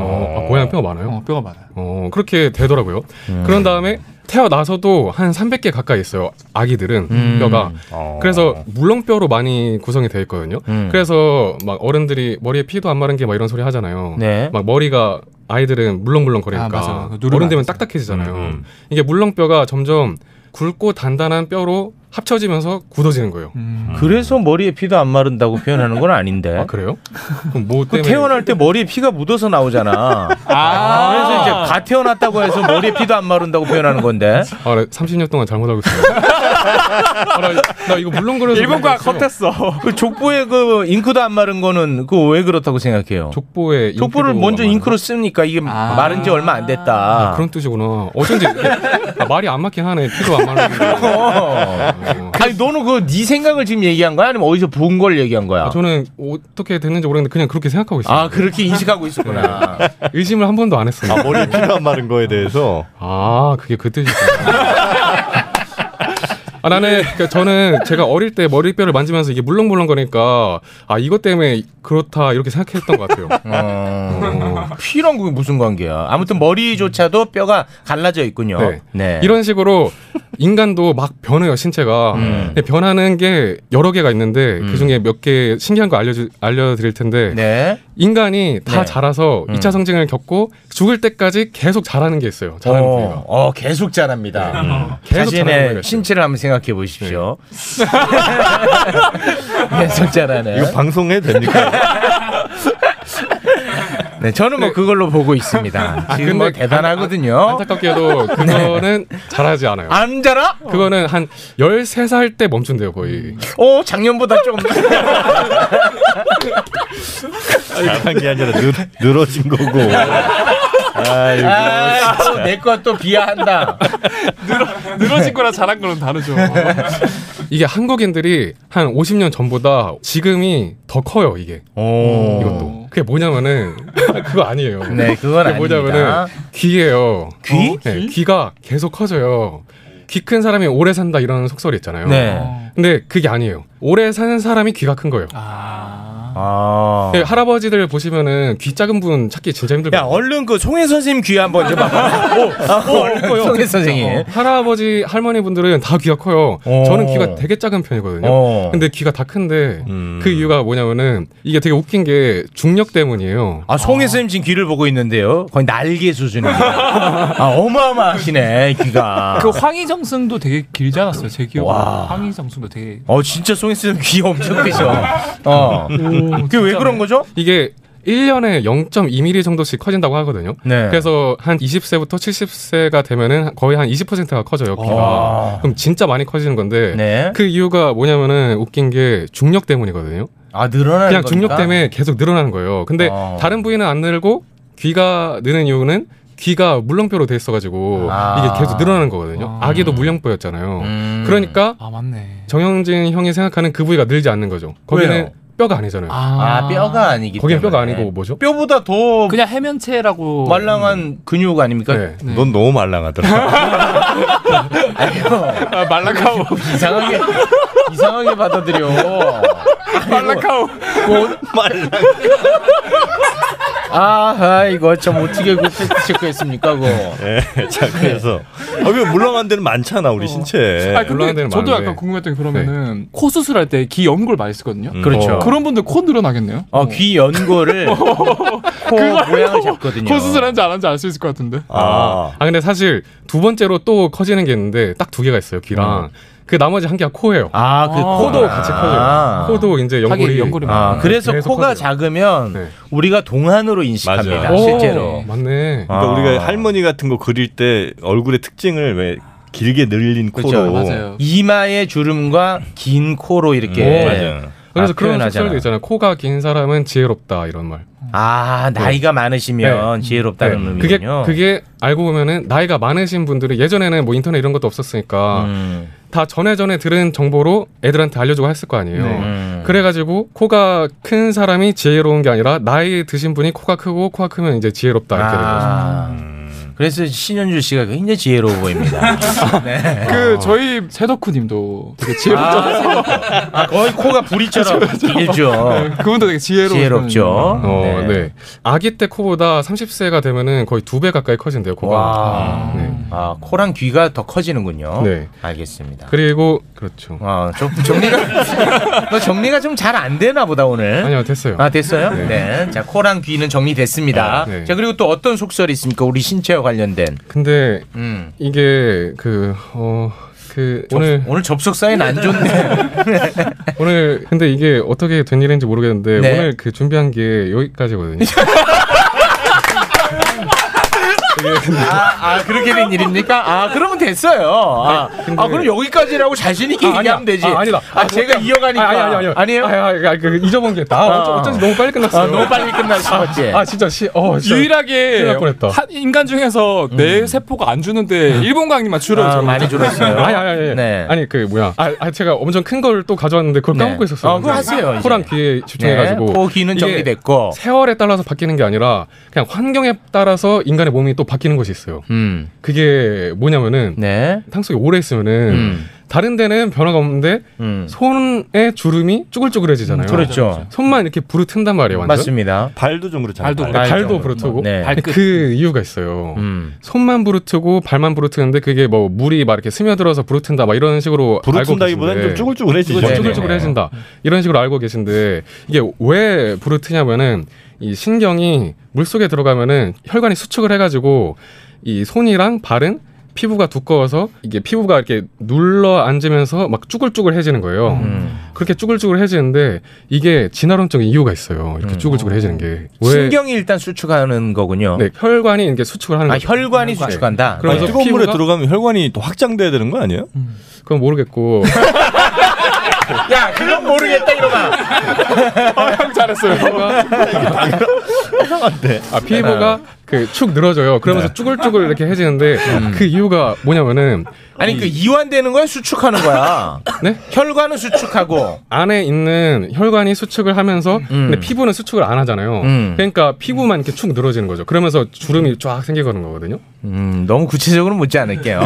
Speaker 13: 어, 아, 고양이 뼈가 많아요?
Speaker 9: 뼈가 많아요.
Speaker 13: 어, 그렇게 되더라고요. 그런 다음에 태어나서도 한 300개 가까이 있어요. 아기들은
Speaker 9: 음.
Speaker 13: 뼈가.
Speaker 9: 어.
Speaker 13: 그래서 물렁뼈로 많이 구성이 되어 있거든요.
Speaker 9: 음.
Speaker 13: 그래서 막 어른들이 머리에 피도 안 마른 게 막 이런 소리 하잖아요.
Speaker 8: 네.
Speaker 13: 막 머리가 아이들은 물렁물렁 거리니까
Speaker 9: 아, 맞아. 그 누르면
Speaker 13: 어른 되면
Speaker 9: 안 음,
Speaker 13: 딱딱해지잖아요. 이게 물렁뼈가 점점 굵고 단단한 뼈로 합쳐지면서 굳어지는 거예요.
Speaker 8: 그래서 머리에 피도 안 마른다고 표현하는 건 아닌데. 아,
Speaker 13: 그래요? 그럼 뭐
Speaker 8: 그
Speaker 13: 때문에-
Speaker 8: 태어날 때 머리에 피가 묻어서 나오잖아. 그래서 이제 가 태어났다고 해서 머리에 피도 안 마른다고 표현하는 건데.
Speaker 13: 아,
Speaker 9: 네,
Speaker 13: 30년 동안 잘못하고 있어요.
Speaker 9: 아,
Speaker 13: 나 이거 물렁거려서
Speaker 8: 일본과
Speaker 13: 그런 거 있어요.
Speaker 8: 컵했어. 그 족보에 그 잉크도 안 마른 거는 그 왜 그렇다고 생각해요?
Speaker 13: 족보에
Speaker 8: 족보를 먼저 잉크로 쓰니까 이게 마른 지 얼마 안 됐다.
Speaker 13: 아. 그런 뜻이구나. 어쩐지 아, 말이 안 맞긴 하네. 피도 안 마르고.
Speaker 8: 아니 너는 그 네 생각을 지금 얘기한 거야? 아니면 어디서 본 걸 얘기한 거야?
Speaker 13: 아, 저는 어떻게 됐는지 모르겠는데 그냥 그렇게 생각하고 있어요.
Speaker 8: 아, 그렇게 인식하고 있었구나.
Speaker 13: 네. 의심을 한 번도 안 했어요.
Speaker 21: 아, 머리 피가 안 마른 거에 대해서.
Speaker 13: 아, 그게 그 뜻이구나. 아, 나는 그러니까 저는 제가 어릴 때 머리뼈를 만지면서 이게 물렁물렁거리니까 아 이것 때문에 그렇다 이렇게 생각했던 것 같아요.
Speaker 8: 피랑 그게 어. 무슨 관계야? 아무튼 머리조차도 뼈가 갈라져 있군요.
Speaker 13: 네.
Speaker 8: 네.
Speaker 13: 이런 식으로 인간도 막 변해요 신체가
Speaker 8: 음.
Speaker 13: 근데 변하는 게 여러 개가 있는데 그중에 몇 개 신기한 거 알려주, 알려드릴 텐데 네. 인간이 다
Speaker 8: 네.
Speaker 13: 자라서
Speaker 8: 음.
Speaker 13: 이 2차 성징을 겪고 죽을 때까지 계속 자라는 게 있어요 자라는
Speaker 8: 어,
Speaker 13: 부위가 네.
Speaker 8: 어, 계속 자랍니다. 음.
Speaker 13: 계속 자라는 거예요.
Speaker 8: 자신의 신체를 한번 생각해 보십시오. 계속 자라네.
Speaker 21: 이거 방송해도 됩니까?
Speaker 8: 네, 저는 뭐 그걸로 보고 있습니다.
Speaker 13: 아,
Speaker 8: 지금 뭐
Speaker 13: 근데
Speaker 8: 대단하거든요. 네.
Speaker 13: 안타깝게도 그거는 자라지 않아요
Speaker 8: 안 자라?
Speaker 13: 그거는 한 13살 때 멈춘대요 거의
Speaker 8: 어, 작년보다 좀
Speaker 21: 잘한 게 아니라 늘, 늘어진 거고. 아이고.
Speaker 8: 내거또 비하한다.
Speaker 9: 늘어진 거랑 자란 거랑 다르죠.
Speaker 13: 이게 한국인들이 한 50년 전보다 지금이 더 커요 이게 이것도 그게 뭐냐면은 그거 아니에요
Speaker 8: 네, 그건
Speaker 13: 그게
Speaker 8: 아닙니다.
Speaker 13: 뭐냐면은 귀예요
Speaker 8: 귀?
Speaker 13: 네, 귀가 계속 커져요 귀 큰 사람이 오래 산다 이런 속설이 있잖아요
Speaker 8: 네.
Speaker 13: 근데 그게 아니에요 오래 사는 사람이 귀가 큰 거예요
Speaker 8: 아.
Speaker 13: 네, 할아버지들 보시면은 귀 작은 분 찾기 진짜 힘들거든요
Speaker 8: 야, 얼른 그 송혜 선생님 귀 한번 좀 봐봐. 오, 오, 얼른 거요. 송혜 선생님.
Speaker 13: 어, 할아버지 할머니 분들은 다 귀가 커요.
Speaker 8: 어.
Speaker 13: 저는 귀가 되게 작은 편이거든요.
Speaker 8: 어.
Speaker 13: 근데 귀가 다 큰데 그 이유가 뭐냐면은 이게 되게 웃긴 게 중력 때문이에요.
Speaker 8: 아, 송혜 선생님 지금 귀를 보고 있는데요. 거의 날개 수준입니다. 아, 어마어마하시네, 귀가.
Speaker 9: 그 황희정승도 되게 길지 않았어요. 제 기억에
Speaker 8: 와.
Speaker 9: 황희정승도 되게
Speaker 8: 어, 진짜 송혜 선생님 귀 엄청 크죠. 어. 그게 왜 그런 거죠?
Speaker 13: 이게 1년에 0.2mm 정도씩 커진다고 하거든요.
Speaker 8: 네.
Speaker 13: 그래서 한 20세부터 70세가 되면은 거의 한 20%가 커져요, 귀가.
Speaker 8: 아. 네.
Speaker 13: 그럼 진짜 많이 커지는 건데 그 이유가 뭐냐면은 웃긴 게 중력 때문이거든요.
Speaker 8: 아, 늘어나는
Speaker 13: 그냥
Speaker 8: 겁니까?
Speaker 13: 중력 때문에 계속 늘어나는 거예요. 근데
Speaker 8: 어.
Speaker 13: 다른 부위는 안 늘고 귀가 느는 이유는 귀가 물렁뼈로 돼 있어가지고
Speaker 9: 아.
Speaker 13: 이게 계속 늘어나는 거거든요. 아. 기도 물렁뼈였잖아요.
Speaker 8: 음.
Speaker 13: 그러니까
Speaker 9: 아 맞네.
Speaker 13: 정영진 형이 생각하는 그 부위가 늘지 않는 거죠. 거기는
Speaker 9: 왜요?
Speaker 13: 뼈가 아니잖아요.
Speaker 8: 아, 뼈가 아니기
Speaker 13: 거기는
Speaker 8: 때문에.
Speaker 13: 뼈가 아니고 뭐죠?
Speaker 8: 뼈보다 더
Speaker 9: 그냥 해면체라고 음. 네.
Speaker 8: 말랑한 근육 아닙니까?
Speaker 13: 네.
Speaker 21: 넌 너무 말랑하더라.
Speaker 9: 아, 말랑하고
Speaker 8: 이상하게 이상하게 받아들여.
Speaker 9: 말랑하고
Speaker 8: 뭐,
Speaker 21: 말랑.
Speaker 8: 아, 아 이거 참 어떻게 그렇게 체크했습니까, 그거.
Speaker 9: 예, 자 그래서 아, 왜 물렁한 데는 많잖아
Speaker 8: 어.
Speaker 9: 우리 신체.
Speaker 13: 아 근데 네. 저도 약간 궁금했던 게 그러면은 코 수술할 때 귀 연골 많이 쓰거든요.
Speaker 9: 음. 그렇죠.
Speaker 13: 어. 그런 분들 코 늘어나겠네요.
Speaker 8: 어, 귀 연골을 코 모양을 잡거든요.
Speaker 13: 코 수술한지 안 한지 알 수 있을 것 같은데.
Speaker 22: 아. 근데 사실 두 번째로 또 커지는 게 있는데 딱 두 개가 있어요 귀랑 그 나머지 한 개가 코예요.
Speaker 8: 아, 그
Speaker 22: 코도 같이 커져요. 코도 이제 연골이
Speaker 8: 아, 그래서 코가 작으면 우리가 동안으로 인식합니다.
Speaker 9: 맞아요.
Speaker 8: 실제로. 아.
Speaker 9: 오,
Speaker 22: 네. 맞네.
Speaker 9: 그러니까 우리가 할머니 같은 거 그릴 때 얼굴의 특징을 왜 길게 늘린 코로.
Speaker 8: 그렇죠. 이마의 주름과 긴 코로 이렇게
Speaker 22: 오, 음, 맞아요. 그래서 그런
Speaker 8: 아, 표현하잖아.
Speaker 22: 속설도 있잖아요. 코가 긴 사람은 지혜롭다 이런 말. 네.
Speaker 8: 아 나이가 많으시면 지혜롭다는
Speaker 22: 그게
Speaker 8: 의미군요.
Speaker 22: 그게 알고 보면은 나이가 많으신 분들은 예전에는 뭐 인터넷 이런 것도 없었으니까
Speaker 8: 음.
Speaker 22: 다 전에 전에 들은 정보로 애들한테 알려주고 했을 거 아니에요.
Speaker 13: 네.
Speaker 22: 음. 그래가지고 코가 큰 사람이 지혜로운 게 아니라 나이 드신 분이 코가 크고 코가 크면 이제 지혜롭다 이렇게 되는 거죠.
Speaker 8: 아,
Speaker 22: 음.
Speaker 8: 그래서 신현주 씨가 굉장히 지혜로워 보입니다. 네.
Speaker 22: 아.
Speaker 13: 그 저희 세덕후님도 되게 지혜롭다.
Speaker 8: 아, 아, 거의 코가 부리처럼 길죠. 네.
Speaker 13: 그분도 되게 지혜로워.
Speaker 8: 그렇죠, 지혜롭죠.
Speaker 22: 어, 네. 아기 때 코보다 30세가 되면은 거의 두 배 가까이 커진대요, 코가.
Speaker 8: 와.
Speaker 22: 네.
Speaker 8: 아, 코랑 귀가 더 커지는군요.
Speaker 22: 네.
Speaker 8: 알겠습니다.
Speaker 22: 그리고 그렇죠.
Speaker 8: 아, 좀 정리가 너 정리가 좀 잘 안 되나 보다 오늘.
Speaker 22: 아니요, 됐어요.
Speaker 8: 아, 됐어요?
Speaker 22: 네.
Speaker 8: 네. 자, 코랑 귀는 정리됐습니다.
Speaker 22: 아, 네.
Speaker 8: 자, 그리고 또 어떤 속설이 있습니까? 우리 신체와 관련된.
Speaker 22: 근데
Speaker 8: 음.
Speaker 22: 이게 그 어, 그
Speaker 8: 접-
Speaker 22: 오늘
Speaker 8: 오늘 접속 사인 안 좋네.
Speaker 22: 오늘 근데 이게 어떻게 된 일인지 모르겠는데
Speaker 8: 네.
Speaker 22: 오늘 그 준비한 게 여기까지거든요.
Speaker 8: 아, 아, 그렇게 된 일입니까? 아, 그러면 됐어요. 아, 아, 그럼 여기까지라고 자신
Speaker 22: 네,
Speaker 8: 있게
Speaker 22: 아니야.
Speaker 8: 얘기하면 되지.
Speaker 22: 아, 아니다.
Speaker 8: 아, 제가 이어가니까.
Speaker 22: 아니 아니 아니
Speaker 8: 에요
Speaker 22: 아니, 아니, 아니, 그 잊어본 게 있다. 아, 어쩐- 어쩐지 너무 빨리 끝났어요.
Speaker 8: 아, 너무 빨리 끝났어, 맞지?
Speaker 22: 아, 아, 진짜 시, 어, 진짜 큰일
Speaker 13: 유일하게
Speaker 22: 날 뻔했다. 음.
Speaker 13: 한 인간 중에서 뇌 세포가 안 주는데
Speaker 22: 네.
Speaker 13: 일본 강의만 줄어요.
Speaker 22: 아, 많이 줄었어요. 아니, 아니, 아니.
Speaker 8: 네.
Speaker 22: 아니, 그 뭐야? 아, 아, 제가 엄청 큰 걸 또 가져왔는데 그걸 까먹고 있었어요.
Speaker 8: 아, 그거 하세요, 이제.
Speaker 22: 코랑 귀에 집중해가지고.
Speaker 8: 네, 코, 귀는
Speaker 22: 이게
Speaker 8: 정리됐고.
Speaker 22: 세월에 따라서 바뀌는 게 아니라 그냥 환경에 따라서 인간의 몸이 또 바뀌는 것이 있어요.
Speaker 8: 음.
Speaker 22: 그게 뭐냐면은
Speaker 8: 네.
Speaker 22: 탕수육이 오래 있으면은
Speaker 8: 음.
Speaker 22: 다른 데는 변화가 없는데 손의 주름이 쭈글쭈글해지잖아요.
Speaker 8: 음, 그렇죠.
Speaker 22: 손만 이렇게 부르튼단 말이에요. 완전.
Speaker 8: 맞습니다.
Speaker 9: 발도 좀 그렇잖아요. 네.
Speaker 22: 발도,
Speaker 8: 그러니까
Speaker 22: 부르트고 네. 그 이유가 있어요.
Speaker 8: 음.
Speaker 22: 손만 부르트고 발만 부르트는데 그게 뭐 물이 막 이렇게 스며들어서 부르튼다 막 이런 식으로 알고
Speaker 9: 부르튼다기보다는
Speaker 22: 계신데
Speaker 9: 좀 쭈글쭈글해지죠.
Speaker 8: 그렇죠.
Speaker 22: 네, 쭈글쭈글해진다 이런 식으로 알고 계신데 이게 왜 예, 부르트냐면은 이 신경이 물 속에 들어가면은 혈관이 수축을 해가지고 이 손이랑 발은 피부가 두꺼워서 이게 피부가 이렇게 눌러 앉으면서 막 쭈글쭈글해지는 거예요. 그렇게 쭈글쭈글해지는데 이게 진화론적인 이유가 있어요. 이렇게 쭈글쭈글해지는 게 왜-
Speaker 8: 신경이 일단 수축하는 거군요.
Speaker 22: 네, 혈관이 이게 수축을 하는
Speaker 8: 아,
Speaker 22: 거죠.
Speaker 8: 혈관이
Speaker 22: 네.
Speaker 8: 수축한다.
Speaker 22: 그래서
Speaker 8: 아니, 뜨거운
Speaker 22: 피부가-
Speaker 9: 물에 들어가면 혈관이 또 확장돼야 되는 거 아니에요?
Speaker 22: 그건 모르겠고
Speaker 8: 야, 그건 모르겠다 이러봐.
Speaker 13: 형 잘했어요.
Speaker 22: 아 피부가 그 축 늘어져요. 그러면서
Speaker 8: 네.
Speaker 22: 쭈글쭈글 이렇게 해지는데 그 이유가 뭐냐면은
Speaker 8: 음. 아니 그 이완되는 거야, 수축하는 거야.
Speaker 22: 네?
Speaker 8: 혈관은 수축하고
Speaker 22: 안에 있는 혈관이 수축을 하면서
Speaker 9: 음.
Speaker 22: 근데 피부는 수축을 안 하잖아요.
Speaker 8: 음.
Speaker 22: 그러니까 피부만 이렇게 축 늘어지는 거죠. 그러면서 주름이 쫙 생기는 거거든요.
Speaker 8: 음, 너무 구체적으로 묻지 않을게요.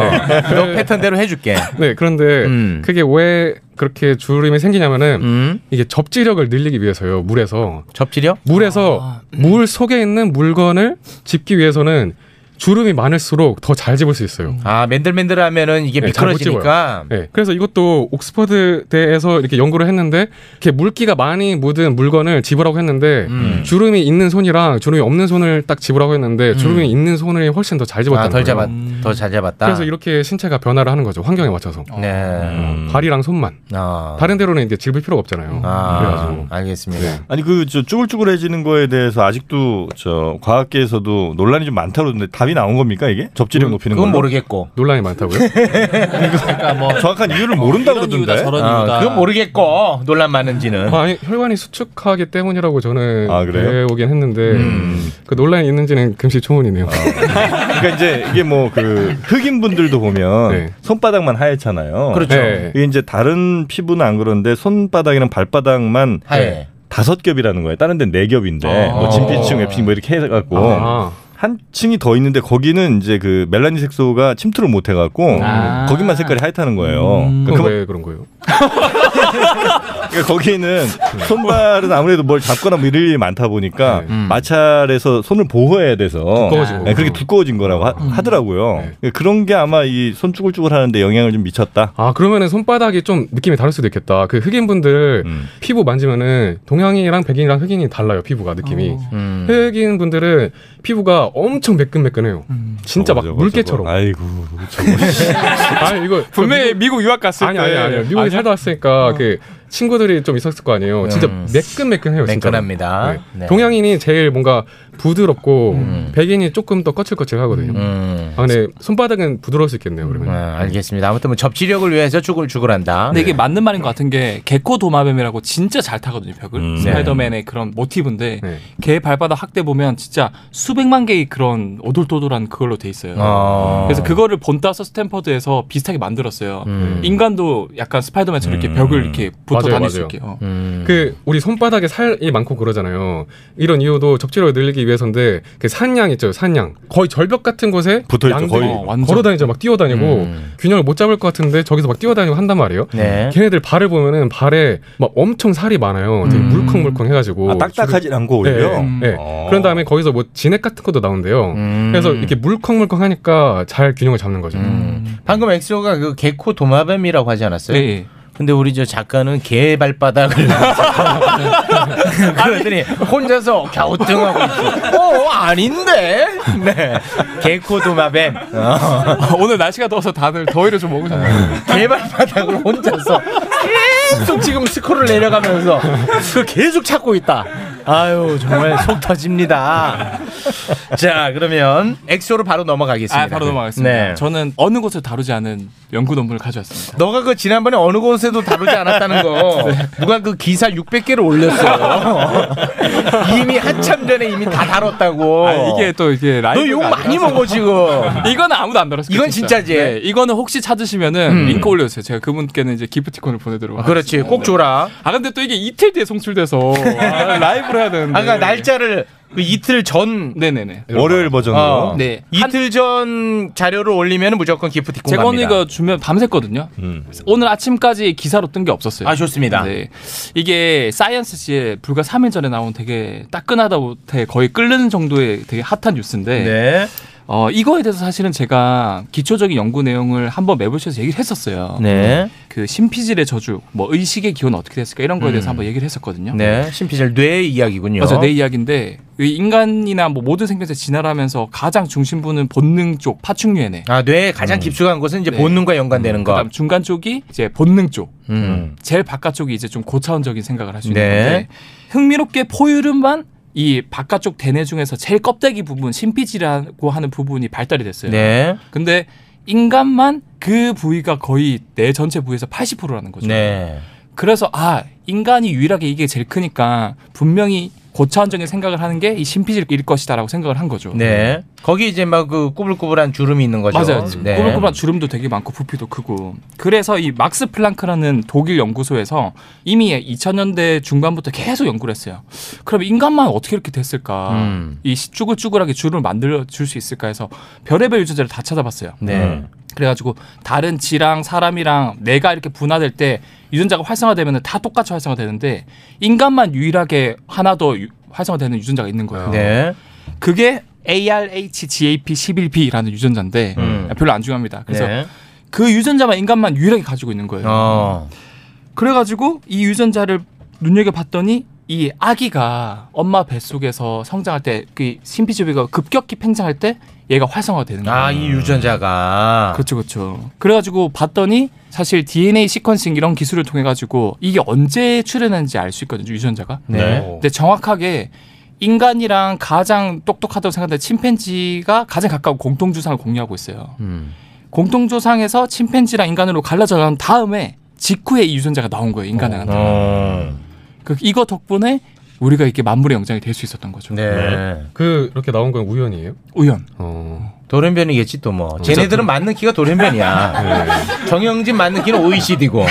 Speaker 8: 너 패턴대로 해줄게. 음.
Speaker 22: 네, 그런데 그게 왜 그렇게 주름이 생기냐면은 이게 접지력을 늘리기 위해서요. 물에서
Speaker 8: 접지력?
Speaker 22: 물에서
Speaker 13: 아, 음.
Speaker 22: 물 속에 있는 물건을 집기 위해서는 주름이 많을수록 더 잘 집을 수 있어요.
Speaker 8: 아, 맨들맨들하면은 이게
Speaker 22: 네, 잘못
Speaker 8: 미끄러지니까.
Speaker 22: 집어요. 네, 그래서 이것도 옥스퍼드 대에서 이렇게 연구를 했는데 이렇게 물기가 많이 묻은 물건을 집으라고 했는데
Speaker 8: 음.
Speaker 22: 주름이 있는 손이랑 주름이 없는 손을 딱 집으라고 했는데 주름이 있는 손을 훨씬 더 잘 집었다는
Speaker 8: 아, 덜
Speaker 22: 거예요.
Speaker 8: 잡았, 더잘 잡았다.
Speaker 22: 그래서 이렇게 신체가 변화를 하는 거죠. 환경에 맞춰서.
Speaker 8: 네.
Speaker 13: 어.
Speaker 8: 아.
Speaker 22: 발이랑 손만. 다른 데로는 이제 집을 필요가 없잖아요. 네. 그래가지고.
Speaker 8: 알겠습니다.
Speaker 9: 아니 그 저 쭈글쭈글해지는 거에 대해서 아직도 저 과학계에서도 논란이 좀 많다 그러는데 답이 나온 겁니까 이게? 접지력 높이는
Speaker 8: 그건
Speaker 9: 걸로?
Speaker 8: 모르겠고.
Speaker 22: 논란이 많다고요?
Speaker 9: 그러니까 뭐 정확한 이유를 모른다 네. 그러던데.
Speaker 8: 아, 그건
Speaker 9: 뭐
Speaker 8: 모르겠고 논란 많은지는.
Speaker 22: 아, 니 혈관이 수축하기 때문이라고 저는
Speaker 8: 아,
Speaker 9: 그래요?
Speaker 8: 어,
Speaker 22: 배우긴 했는데 그 논란이 있는지는 금시초문이네요.
Speaker 9: 그러니까 이제 이게 뭐 그 흑인 분들도 보면 손바닥만 하얗잖아요.
Speaker 22: 그렇죠. 네.
Speaker 9: 이게 이제 다른 피부는 안 그런데 손바닥이랑 발바닥만
Speaker 8: 하얘.
Speaker 9: 다섯 겹이라는 거예요. 다른 데는 네 겹인데
Speaker 8: 아.
Speaker 9: 뭐 진피층, 외피층 뭐 이렇게 해갖고
Speaker 8: 아.
Speaker 9: 한 층이 더 있는데 거기는 이제 그 멜라닌 색소가 침투를 못 해갖고
Speaker 22: 아.
Speaker 9: 거기만 색깔이 하얗다는
Speaker 22: 음.
Speaker 9: 거예요.
Speaker 22: 그건 뭐
Speaker 9: 그만-
Speaker 22: 왜 그런 거예요?
Speaker 9: 그러니까 거기는 손발은 아무래도 뭘 잡거나 뭐 이럴 일이 많다 보니까
Speaker 22: 음.
Speaker 9: 마찰에서 손을 보호해야 돼서
Speaker 22: 네. 두꺼워진
Speaker 9: 네, 그렇게 두꺼워진 거라고
Speaker 22: 음.
Speaker 9: 하, 더라고요
Speaker 22: 네.
Speaker 9: 그런 게 아마 이 손 쭈글쭈글 하는데 영향을 좀 미쳤다.
Speaker 22: 아 그러면은 손바닥이 좀 느낌이 다를 수도 있겠다. 그 흑인분들 피부 만지면은 동양인이랑 백인이랑 흑인이 달라요 피부가
Speaker 10: 뭐
Speaker 22: 느낌이.
Speaker 9: 음.
Speaker 22: 흑인 분들은 피부가 엄청 매끈매끈해요. 진짜 막 물개처럼.
Speaker 9: 아이고.
Speaker 22: 아니 이거
Speaker 13: 분명히 미국 유학 갔을
Speaker 22: 아니
Speaker 13: 때 어.
Speaker 22: 아니 아니 미국에
Speaker 13: 아니야?
Speaker 22: 살다 왔으니까 그 친구들이 좀 있었을 거 아니에요. 진짜
Speaker 8: 음.
Speaker 22: 매끈매끈해요. 진짜.
Speaker 8: 매끈합니다. 네. 음.
Speaker 22: 동양인이 제일 뭔가 부드럽고 백인이 조금 더 거칠거칠하거든요. 아 근데 손바닥은 부드러울 수 있겠네요. 그러면.
Speaker 8: 음, 알겠습니다. 아무튼 뭐 접지력을 위해서 죽을죽을한다.
Speaker 22: 네.
Speaker 13: 근데 이게 맞는 말인 것 같은 게 개코 도마뱀이라고 진짜 잘 타거든요 벽을
Speaker 8: 음.
Speaker 13: 스파이더맨의 그런 모티브인데 개 발바닥 학대 보면 진짜 수백만 개의 그런 오돌토돌한 그걸로 돼 있어요.
Speaker 8: 아.
Speaker 13: 그래서 그거를 본따서 스탠퍼드에서 비슷하게 만들었어요.
Speaker 22: 음.
Speaker 13: 인간도 약간 스파이더맨처럼 이렇게 벽을 이렇게 붙어
Speaker 22: 맞아요,
Speaker 13: 다닐
Speaker 22: 맞아요.
Speaker 13: 수 있게. 어.
Speaker 8: 음.
Speaker 22: 그 우리 손바닥에 살이 많고 그러잖아요. 이런 이유도 접지력을 늘리기 위해서인데 그 산양 있죠, 산양. 거의 절벽 같은 곳에
Speaker 9: 붙어있죠,
Speaker 22: 양들이
Speaker 9: 거의. 음. 어, 완전.
Speaker 22: 걸어다니죠, 막 뛰어다니고 균형을 못 잡을 것 같은데 저기서 막 뛰어다니고 한단 말이에요.
Speaker 9: 네.
Speaker 22: 걔네들 발을 보면은 발에 막 엄청 살이 많아요. 되게 물컹물컹 해가지고
Speaker 9: 음. 아, 딱딱하진 않고 오히려?
Speaker 22: 네,
Speaker 9: 음.
Speaker 22: 네.
Speaker 9: 어.
Speaker 22: 그런 다음에 거기서 뭐 진액 같은 것도 나온대요.
Speaker 8: 음.
Speaker 22: 그래서 이렇게 물컹물컹 하니까 잘 균형을 잡는 거죠.
Speaker 8: 방금 엑소가 그 개코 도마뱀이라고 하지
Speaker 13: 예,
Speaker 8: 않았어요? 근데 우리 저 작가는 개 발바닥을 그러더니 혼자서 갸우뚱하고 있어. 어 아닌데. 네. 개코 도마뱀. 어.
Speaker 13: 오늘 날씨가 더워서 다들 더위를 좀 먹으셨네요.
Speaker 8: 개 발바닥을 혼자서 계속 지금 스크롤 내려가면서 그 계속 찾고 있다. 아유 정말 속 터집니다. 자 그러면 엑소로 바로 넘어가겠습니다.
Speaker 13: 아, 바로 넘어가겠습니다.
Speaker 8: 네.
Speaker 13: 저는 어느 곳을 다루지 않은 연구 논문을 가져왔습니다.
Speaker 8: 너가 그 지난번에 어느 곳에도 다루지 않았다는 거
Speaker 13: 네.
Speaker 8: 누가 그 기사 600개를 올렸어요. 이미 한참 전에 이미 다 다뤘다고.
Speaker 13: 아, 이게 또 이게 라이브.
Speaker 8: 어. 너욕 많이 먹어 지금.
Speaker 13: 이건 아무도 안 들었어요. 네,
Speaker 8: 이건 진짜지?
Speaker 13: 이거는 혹시 찾으시면은
Speaker 8: 음. 아,
Speaker 13: 링크 올려주세요. 제가 그분께는 이제 기프티콘을 보내드리고.
Speaker 8: 그렇지, 꼭 줘라.
Speaker 13: 아 근데 또 이게 이틀 뒤에 송출돼서 아, 라이브를 해야 되는데.
Speaker 8: 아까 날짜를 그 이틀 전.
Speaker 13: 네네네.
Speaker 9: 월요일 버전으로.
Speaker 8: 어.
Speaker 13: 네.
Speaker 8: 이틀 전 자료를 올리면 무조건 기프티콘 갑니다. 음.
Speaker 13: 재건이가 주면 밤샜거든요. 오늘 아침까지 기사로 뜬 게 없었어요.
Speaker 8: 아 좋습니다.
Speaker 13: 네. 이게 사이언스지에 불과 3일 전에 나온 되게 따끈하다 못해 거의 끓는 정도의 되게 핫한 뉴스인데
Speaker 8: 네.
Speaker 13: 어, 이거에 대해서 사실은 제가 기초적인 연구 내용을 한번 매부쇼에서 얘기를 했었어요.
Speaker 8: 네.
Speaker 13: 그 심피질의 저주, 뭐 의식의 기원 어떻게 됐을까 이런 거에 대해서
Speaker 8: 음. 어?
Speaker 13: 한번 얘기를 했었거든요.
Speaker 8: 네, 심피셜 뇌의 이야기군요.
Speaker 13: 맞아요. 내 이야기인데 이 인간이나 뭐 모든 생명체 진화하면서 가장 중심부는 본능 쪽, 파충류에네.
Speaker 8: 아, 뇌에 가장 깊숙한 곳은 이제 본능과 연관되는
Speaker 13: 음.
Speaker 8: 거.
Speaker 13: 네. 그다음 중간 쪽이 이제 본능 쪽.
Speaker 8: 음.
Speaker 13: 제일 바깥쪽이 이제 좀 고차원적인 생각을 할 수 있는
Speaker 8: 네.
Speaker 13: 건데 흥미롭게 포유류만 이 바깥쪽 대뇌 중에서 제일 껍데기 부분 심피지라고 하는 부분이 발달이 됐어요.
Speaker 8: 네.
Speaker 13: 근데 인간만 그 부위가 거의 내 전체 부위에서 80%라는 거죠.
Speaker 8: 네.
Speaker 13: 그래서 아 인간이 유일하게 이게 제일 크니까 분명히 고차원적인 생각을 하는 게 이 심피질일 것이다라고 생각을 한 거죠.
Speaker 8: 네. 거기 이제 막 그 꾸불꾸불한 주름이 있는 거죠.
Speaker 13: 맞아요.
Speaker 8: 네.
Speaker 13: 꼬불꼬불한 주름도 되게 많고 부피도 크고. 그래서 이 막스 플랑크라는 독일 연구소에서 이미 2000년대 중반부터 계속 연구를 했어요. 그럼 인간만 어떻게 이렇게 됐을까?
Speaker 8: 음.
Speaker 13: 이 시- 쭈글쭈글하게 주름을 만들어 줄 수 있을까 해서 별의별 유전자를 다 찾아봤어요.
Speaker 8: 네. 음.
Speaker 13: 그래가지고 다른 쥐랑 사람이랑 뇌가 이렇게 분화될 때 유전자가 활성화되면 다 똑같이 활성화되는데 인간만 유일하게 하나 더 유- 활성화되는 유전자가 있는 거예요.
Speaker 8: 네.
Speaker 13: 그게 ARHGAP11B라는 유전자인데
Speaker 8: 음.
Speaker 13: 별로 안 중요합니다. 그래서
Speaker 8: 네.
Speaker 13: 그 유전자만 인간만 유일하게 가지고 있는 거예요.
Speaker 8: 어.
Speaker 13: 그래가지고 이 유전자를 눈여겨봤더니 이 아기가 엄마 뱃속에서 성장할 때 그 심피지비가 급격히 팽창할 때 얘가 활성화되는 거예요.
Speaker 8: 아, 이 유전자가.
Speaker 13: 그렇죠, 그렇죠. 그래가지고 봤더니 사실 DNA 시퀀싱 이런 기술을 통해 가지고 이게 언제 출현했는지 알 수 있거든요 유전자가.
Speaker 8: 네.
Speaker 13: 근데 정확하게 인간이랑 가장 똑똑하다고 생각하는데 침팬지가 가장 가까운 공통주상을 공유하고 있어요.
Speaker 8: 음.
Speaker 13: 공통조상에서 침팬지랑 인간으로 갈라져 난 다음에 직후에 이 유전자가 나온 거예요 인간한테.
Speaker 8: 어.
Speaker 13: 그 이거 덕분에 우리가 이렇게 만물의 영장이 될 수 있었던 거죠.
Speaker 8: 네.
Speaker 22: 그렇게 나온 건 우연이에요?
Speaker 13: 우연.
Speaker 8: 돌연변이겠지 또 뭐. 쟤네들은 맞는 키가 돌연변이야. 정영진 맞는 키는 OECD고.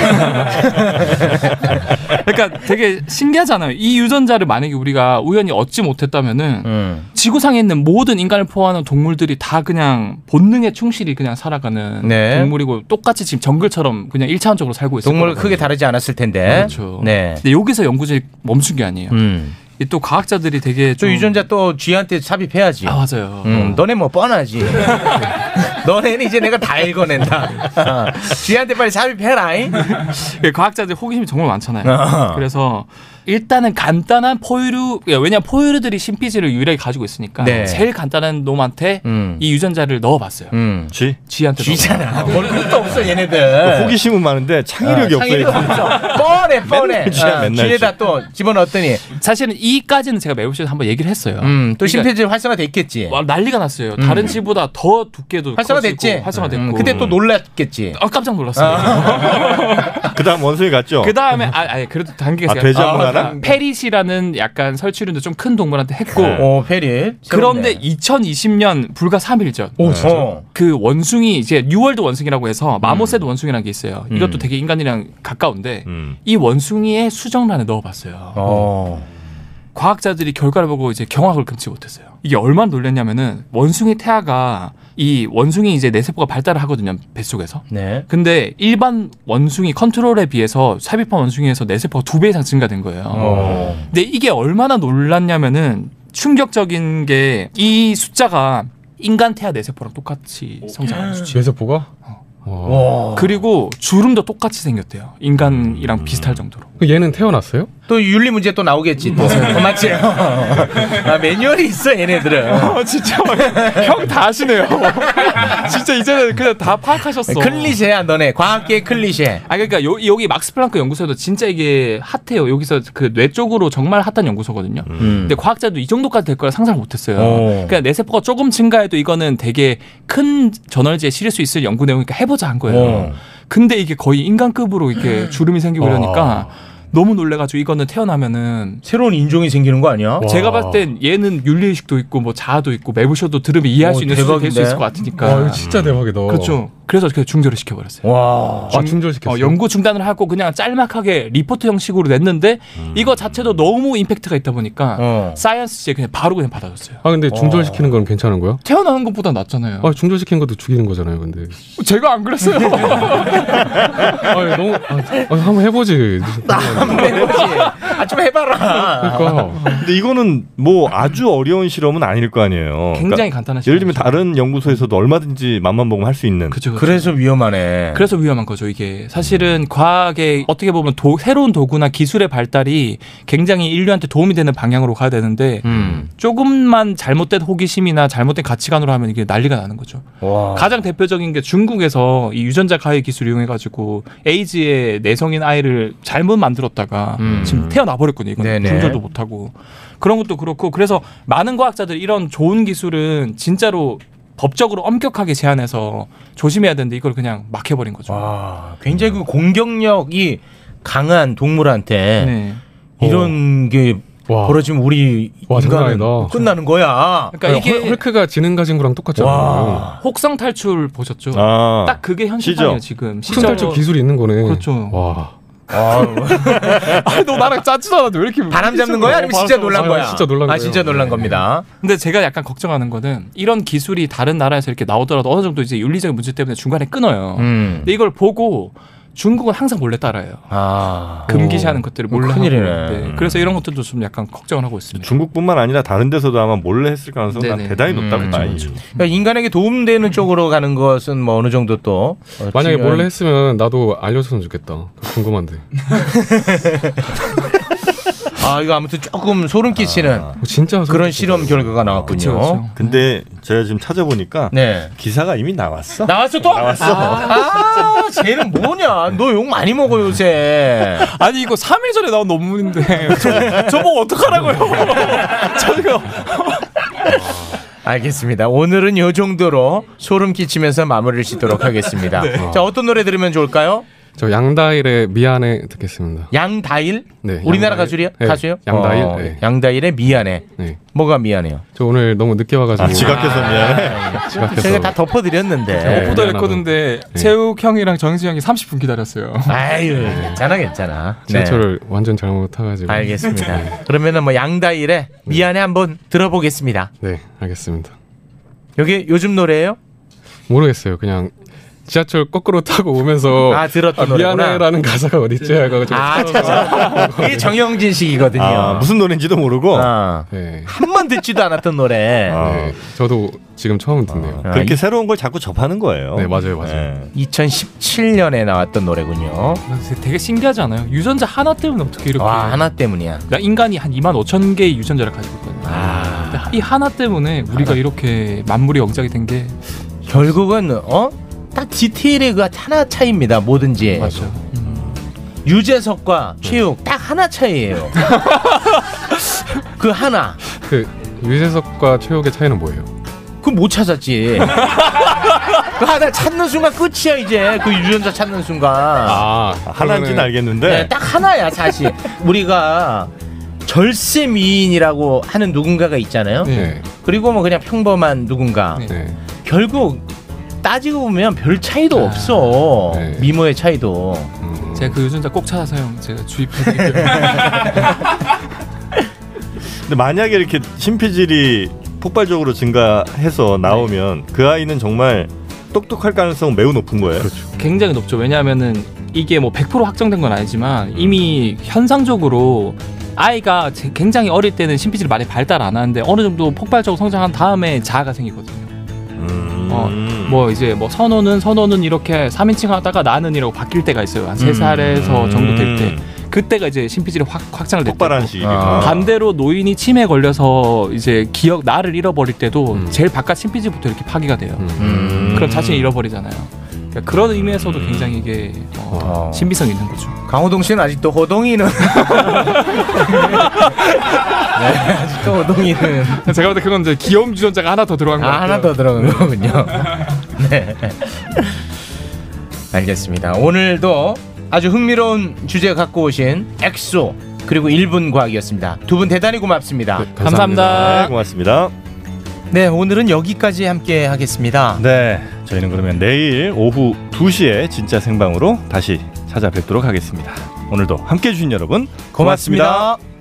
Speaker 13: 그러니까 되게 신기하잖아요. 이 유전자를 만약에 우리가 우연히 얻지 못했다면은
Speaker 8: 음.
Speaker 13: 지구상에 있는 모든 인간을 포함하는 동물들이 다 그냥 본능에 충실히 그냥 살아가는
Speaker 8: 네.
Speaker 13: 동물이고 똑같이 지금 정글처럼 그냥 일차원적으로 살고 있어요.
Speaker 8: 동물 크게 다르지 않았을 텐데.
Speaker 13: 그렇죠.
Speaker 8: 네.
Speaker 13: 근데 여기서 연구진이 멈춘 게 아니에요. 이또 과학자들이 되게
Speaker 8: 음. 또 유전자 또 쥐한테 삽입해야지.
Speaker 13: 아, 맞아요.
Speaker 8: 음, 너네 뭐 뻔하지. 너네는 이제 내가 다 읽어낸다. 쥐한테 빨리 삽입해라잉.
Speaker 13: 예, 과학자들 호기심이 정말 많잖아요.
Speaker 8: 아하.
Speaker 13: 그래서 일단은 간단한 포유류, 예, 왜냐 포유류들이 신피지를 유일하게 가지고 있으니까
Speaker 8: 네.
Speaker 13: 제일 간단한 놈한테
Speaker 8: 음.
Speaker 13: 이 유전자를 넣어봤어요.
Speaker 9: 쥐?
Speaker 13: 음. 쥐한테.
Speaker 8: 쥐잖아. 뭘 그것도 없어
Speaker 9: 그
Speaker 8: 얘네들.
Speaker 9: 호기심은 많은데 창의력이
Speaker 8: 어, 창의력
Speaker 9: 없어요.
Speaker 8: 없어. 뻔해 뻔해.
Speaker 13: 맨날 쥐야,
Speaker 8: 어,
Speaker 13: 맨날
Speaker 8: 쥐에다 또 집어넣었더니
Speaker 13: 사실은 이까지는 제가 매부쇼에서 한번 얘기를 했어요.
Speaker 8: 음,
Speaker 13: 그러니까
Speaker 8: 또 심폐지 활성화 됐겠지.
Speaker 13: 와, 난리가 났어요.
Speaker 8: 음.
Speaker 13: 다른 쥐보다 더 두께도
Speaker 8: 활성화
Speaker 13: 커지고
Speaker 8: 됐지.
Speaker 13: 활성화됐고.
Speaker 8: 음, 그때 또 놀랐겠지.
Speaker 13: 아 깜짝 놀랐어요.
Speaker 9: 그다음 원숭이 갔죠.
Speaker 13: 그 다음에 아, 아니 그래도 단계가
Speaker 9: 아,
Speaker 13: 있어요.
Speaker 9: 돼지 한번 하나?
Speaker 13: 페릿이라는 약간 설치류도 좀 큰 동물한테 했고.
Speaker 9: 네. 어,
Speaker 8: 오 어, 페리.
Speaker 13: 그런데 2020년 불과 3일 전.
Speaker 8: 오, 진짜? 어.
Speaker 13: 그 원숭이 이제 뉴월드 원숭이라고 해서 마모세드
Speaker 9: 음.
Speaker 13: 원숭이라는 게 있어요.
Speaker 8: 음.
Speaker 13: 이것도 되게 인간이랑 가까운데 이 원숭이의 수정란에 넣어봤어요. 과학자들이 결과를 보고 이제 경악을 금치 못했어요. 이게 얼마나 놀랐냐면은 원숭이 태아가 이 원숭이 이제 뇌세포가 발달을 하거든요 뱃속에서.
Speaker 8: 네.
Speaker 13: 근데 일반 원숭이 컨트롤에 비해서 삽입한 원숭이에서 뇌세포가 두 배 이상 증가된 거예요.
Speaker 8: 어.
Speaker 13: 근데 이게 얼마나 놀랐냐면은 충격적인 게 이 숫자가 인간 태아 뇌세포랑 똑같이 성장하는 수치.
Speaker 22: 뇌세포가?
Speaker 13: 어.
Speaker 22: 와.
Speaker 13: 그리고 주름도 똑같이 생겼대요. 인간이랑 비슷할 정도로.
Speaker 22: 그 얘는 태어났어요?
Speaker 8: 또 윤리 문제 또 나오겠지. 또.
Speaker 13: 네.
Speaker 8: 어, 맞지? 아, 매뉴얼이 있어 얘네들은.
Speaker 13: 어, 진짜 형 다 아시네요. 진짜 이제는 그냥 다 파악하셨어.
Speaker 8: 네, 클리셰야 너네 과학계 클리셰.
Speaker 13: 아 그러니까 요- 여기 막스플랑크 연구소도 진짜 이게 핫해요. 여기서 그 뇌 쪽으로 정말 핫한 연구소거든요. 근데 과학자도 이 정도까지 될 거라 상상을 못했어요.
Speaker 8: 오.
Speaker 13: 그러니까 뇌 세포가 조금 증가해도 이거는 되게 큰 저널지에 실을 수 있을 연구 내용이니까 해보자 한 거예요.
Speaker 8: 오.
Speaker 13: 근데 이게 거의 인간급으로 이렇게 주름이 생기고 이러니까 너무 놀래가지고 이거는 태어나면은
Speaker 8: 새로운 인종이 생기는 거 아니야?
Speaker 13: 제가 봤을 땐 얘는 윤리의식도 있고 뭐 자아도 있고 매부쇼도 들으면 이해할
Speaker 22: 오,
Speaker 13: 수 있는 수준이 될수
Speaker 22: 대박인데?
Speaker 13: 있을 것 같으니까.
Speaker 22: 와, 이거 진짜 대박이다.
Speaker 13: 그렇죠. 그래서 그냥 중절을 시켜버렸어요.
Speaker 8: 그러니까. 와.
Speaker 22: 아, 중절시켰어요?
Speaker 13: 어, 연구 중단을 하고 그냥 짤막하게 리포트 형식으로 냈는데 이거 자체도 너무 임팩트가 있다 보니까
Speaker 8: 어.
Speaker 13: 사이언스지에 그냥 바로 그냥 받아줬어요.
Speaker 22: 아 근데 중절시키는 건 괜찮은 거야?
Speaker 13: 태어나는 것보다 낫잖아요.
Speaker 22: 아 중절시킨 것도 죽이는 거잖아요, 근데.
Speaker 13: 제가 안 그랬어요.
Speaker 22: 아 너무 아, 아, 한번 해보지.
Speaker 8: 아좀 해봐라.
Speaker 9: 근데 이거는 뭐 아주 어려운 실험은 아닐 거 아니에요. 그러니까
Speaker 13: 굉장히 간단한
Speaker 9: 예를 들면 다른 연구소에서도 얼마든지 맘만 먹으면 할 수 있는.
Speaker 13: 그렇죠, 그죠, 그죠.
Speaker 8: 그래서 위험하네.
Speaker 13: 그래서 위험한 거죠 이게 사실은 과학의 어떻게 보면 도- 새로운 도구나 기술의 발달이 굉장히 인류한테 도움이 되는 방향으로 가야 되는데
Speaker 8: 음.
Speaker 13: 조금만 잘못된 호기심이나 잘못된 가치관으로 하면 이게 난리가 나는 거죠 가장 대표적인 게 중국에서 이 유전자 가해 기술 이용해 가지고 에이즈의 내성인 아이를 잘못 만들었다가 지금 태어나 버렸거든요 이건
Speaker 8: 네네.
Speaker 13: 중절도 못하고 그런 것도 그렇고 그래서 많은 과학자들이 이런 좋은 기술은 진짜로 법적으로 엄격하게 제한해서 조심해야 되는데 이걸 그냥 막 해버린 거죠.
Speaker 8: 굉장히 그 공격력이 강한 동물한테
Speaker 22: 네.
Speaker 13: 네.
Speaker 8: 어. 이런 게 벌어지면 우리 인간은
Speaker 22: 장난 아니다.
Speaker 8: 끝나는 거야.
Speaker 22: 그러니까 이게 헐크가 지능 가진 거랑 똑같잖아요.
Speaker 13: 혹성 탈출 보셨죠?
Speaker 22: 아.
Speaker 13: 딱 그게 현실이에요 지금.
Speaker 22: 혹성 탈출 기술이 있는 거네.
Speaker 13: 그렇죠.
Speaker 22: 와.
Speaker 13: 아니, 너 나랑 짜지도 않았는데 왜 이렇게
Speaker 8: 바람 잡는 거야? 아니면 진짜 놀란 거야?
Speaker 13: 진짜 놀란 네.
Speaker 8: 아 진짜 놀란 겁니다.
Speaker 13: 근데 제가 약간 걱정하는 거는 이런 기술이 다른 나라에서 이렇게 나오더라도 어느 정도 이제 윤리적인 문제 때문에 중간에 끊어요.
Speaker 8: 음.
Speaker 13: 근데 이걸 보고 중국은 항상 몰래 따라해요.
Speaker 8: 아.
Speaker 13: 금기시하는 것들을 몰래
Speaker 9: 큰일이네.
Speaker 13: 하고. 네, 그래서 이런 것들도 좀 약간 걱정을 하고 있습니다.
Speaker 9: 중국뿐만 아니라 다른 데서도 아마 몰래 했을 가능성이 난
Speaker 13: 네네.
Speaker 9: 대단히 높다고
Speaker 13: 음,
Speaker 9: 봐요.
Speaker 13: 그렇죠,
Speaker 8: 그러니까 인간에게 도움되는 쪽으로 가는 것은 뭐 어느 정도 또 어,
Speaker 22: 만약에
Speaker 8: 중요한-
Speaker 22: 몰래 했으면 나도 알려줬으면 좋겠다. 궁금한데.
Speaker 8: 아 이거 아무튼 조금 소름 끼치는
Speaker 13: 아,
Speaker 22: 진짜
Speaker 8: 그런 실험 결과가 나왔군요.
Speaker 9: 근데 제가 지금 찾아보니까
Speaker 8: 네.
Speaker 9: 기사가 이미 나왔어.
Speaker 8: 나왔어 또?
Speaker 9: 나왔어.
Speaker 8: 아, 아, 쟤는 뭐냐? 너 욕 많이 먹어 요새.
Speaker 13: 아니 이거 3일 전에 나온 논문인데 저, 저보고 어떡하라고요? 저거.
Speaker 8: 알겠습니다. 오늘은
Speaker 13: 네.
Speaker 8: 요 정도로 소름 끼치면서 마무리를 짓도록 하겠습니다. 자, 어떤 노래 들으면 좋을까요?
Speaker 22: 저 양다일의 미안해 듣겠습니다.
Speaker 8: 양다일?
Speaker 22: 네.
Speaker 8: 우리나라
Speaker 22: 양다일.
Speaker 8: 가수요?
Speaker 22: 네,
Speaker 8: 가수요?
Speaker 22: 양다일.
Speaker 8: 어,
Speaker 22: 네.
Speaker 8: 양다일의 미안해.
Speaker 13: 네.
Speaker 8: 뭐가 미안해요?
Speaker 22: 저 오늘 너무 늦게 와가지고.
Speaker 8: 아, 지각해서 미안해?
Speaker 22: 지각해서.
Speaker 8: 제가 다 덮어드렸는데.
Speaker 22: 네, 미안하다.
Speaker 13: 오프더 레코드인데 재욱 형이랑 정수 형이 30분 기다렸어요.
Speaker 8: 아유, 괜찮아, 괜찮아.
Speaker 22: 지하철을
Speaker 8: 네.
Speaker 22: 완전 잘못 타가지고. 네.
Speaker 8: 알겠습니다. 그러면은 뭐 양다일의 미안해 한번 들어보겠습니다.
Speaker 22: 네, 알겠습니다.
Speaker 8: 여기 요즘 노래예요?
Speaker 22: 모르겠어요. 그냥 지하철 거꾸로 타고 오면서
Speaker 8: 아, 들었던
Speaker 22: 아, 미안해라는
Speaker 8: 노래구나.
Speaker 22: 가사가 어딨지? 해가지고
Speaker 8: 아,
Speaker 22: 찾아서.
Speaker 8: 이게 정영진 씨거든요. 어.
Speaker 22: 아, 무슨
Speaker 9: 노래인지도 모르고 아.
Speaker 8: 한 번 듣지도 않았던 노래.
Speaker 22: 아, 네, 저도 지금 처음 듣네요.
Speaker 9: 그렇게 새로운 걸 자꾸 접하는 거예요.
Speaker 22: 네, 맞아요, 맞아요.
Speaker 8: 2017년에 나왔던 노래군요.
Speaker 13: 아, 되게 신기하지 않아요? 유전자 하나 때문에 어떻게 이렇게
Speaker 8: 와, 하나 때문이야.
Speaker 13: 나 인간이 한 2만 5천 개의 유전자를 가지고 있거든요.
Speaker 8: 아.
Speaker 13: 근데 이 하나 때문에 우리가 이렇게 만물이 영작이 된 게
Speaker 8: 결국은 어? 딱 디테일의 그 하나 차이입니다. 뭐든지. 맞아.
Speaker 22: 네.
Speaker 8: 유재석과 최욱 딱 하나 차이예요. 그 하나.
Speaker 22: 그 유재석과 최욱의 차이는 뭐예요?
Speaker 8: 그럼 못 찾았지. 그 하나 찾는 순간 끝이야 이제 그 유전자 찾는 순간.
Speaker 22: 아
Speaker 9: 하나인지는 알겠는데.
Speaker 8: 네, 딱 하나야 사실. 우리가 절세 미인이라고 하는 누군가가 있잖아요.
Speaker 22: 네.
Speaker 8: 그리고 뭐 그냥 평범한 누군가. 결국 따지고 보면 별
Speaker 22: 아,
Speaker 8: 차이도 없어
Speaker 22: 네.
Speaker 8: 미모의 차이도. 음.
Speaker 13: 제가 그 유전자 꼭 찾아서 형 제가 주입해
Speaker 9: 근데 만약에 이렇게 심피질이 폭발적으로 증가해서 나오면 그 아이는 정말 똑똑할 가능성 매우 높은 거예요.
Speaker 13: 굉장히 높죠. 왜냐하면은 이게 뭐 100% 확정된 건 아니지만
Speaker 8: 음.
Speaker 13: 이미 현상적으로 아이가 제- 굉장히 어릴 때는 신비질 많이 발달 안 하는데 어느 정도 폭발적으로 성장한 다음에 자아가 생기거든요.
Speaker 22: 음.
Speaker 13: 어, 뭐 이제 뭐 선호는 선호는 이렇게 3인칭 하다가 나는이라고 바뀔 때가 있어요. 한
Speaker 22: 음.
Speaker 13: 3살에서 정도 될 때.
Speaker 22: 음.
Speaker 13: 그때가 이제 신피질이 확 확장을 됐고
Speaker 22: 아.
Speaker 13: 반대로 노인이 치매에 걸려서 이제 기억 나를 잃어버릴 때도
Speaker 22: 음.
Speaker 13: 제일 바깥 신피질부터 이렇게 파기가 돼요. 그럼 자신을 잃어버리잖아요. 그러니까 그런 의미에서도
Speaker 22: 음.
Speaker 13: 굉장히 이게 어, 신비성 있는 거죠.
Speaker 8: 강호동 씨는 아직도 호동이는 네, 아직도 호동이는
Speaker 22: 제가 볼 때 그건 이제 귀여움 유전자가 하나 더 들어간 거
Speaker 8: 아,
Speaker 22: 같아요.
Speaker 8: 하나 더 들어간 거군요. 네. 알겠습니다. 오늘도 아주 흥미로운 주제 갖고 오신 엑소 그리고 1분 과학이었습니다. 두 분 대단히 고맙습니다.
Speaker 9: 네, 고맙습니다.
Speaker 8: 네, 오늘은 여기까지 함께 하겠습니다.
Speaker 9: 네, 저희는 그러면 내일 오후 2시에 진짜 생방으로 다시 찾아뵙도록 하겠습니다. 오늘도 함께 해주신 여러분
Speaker 8: 고맙습니다.
Speaker 9: 고맙습니다.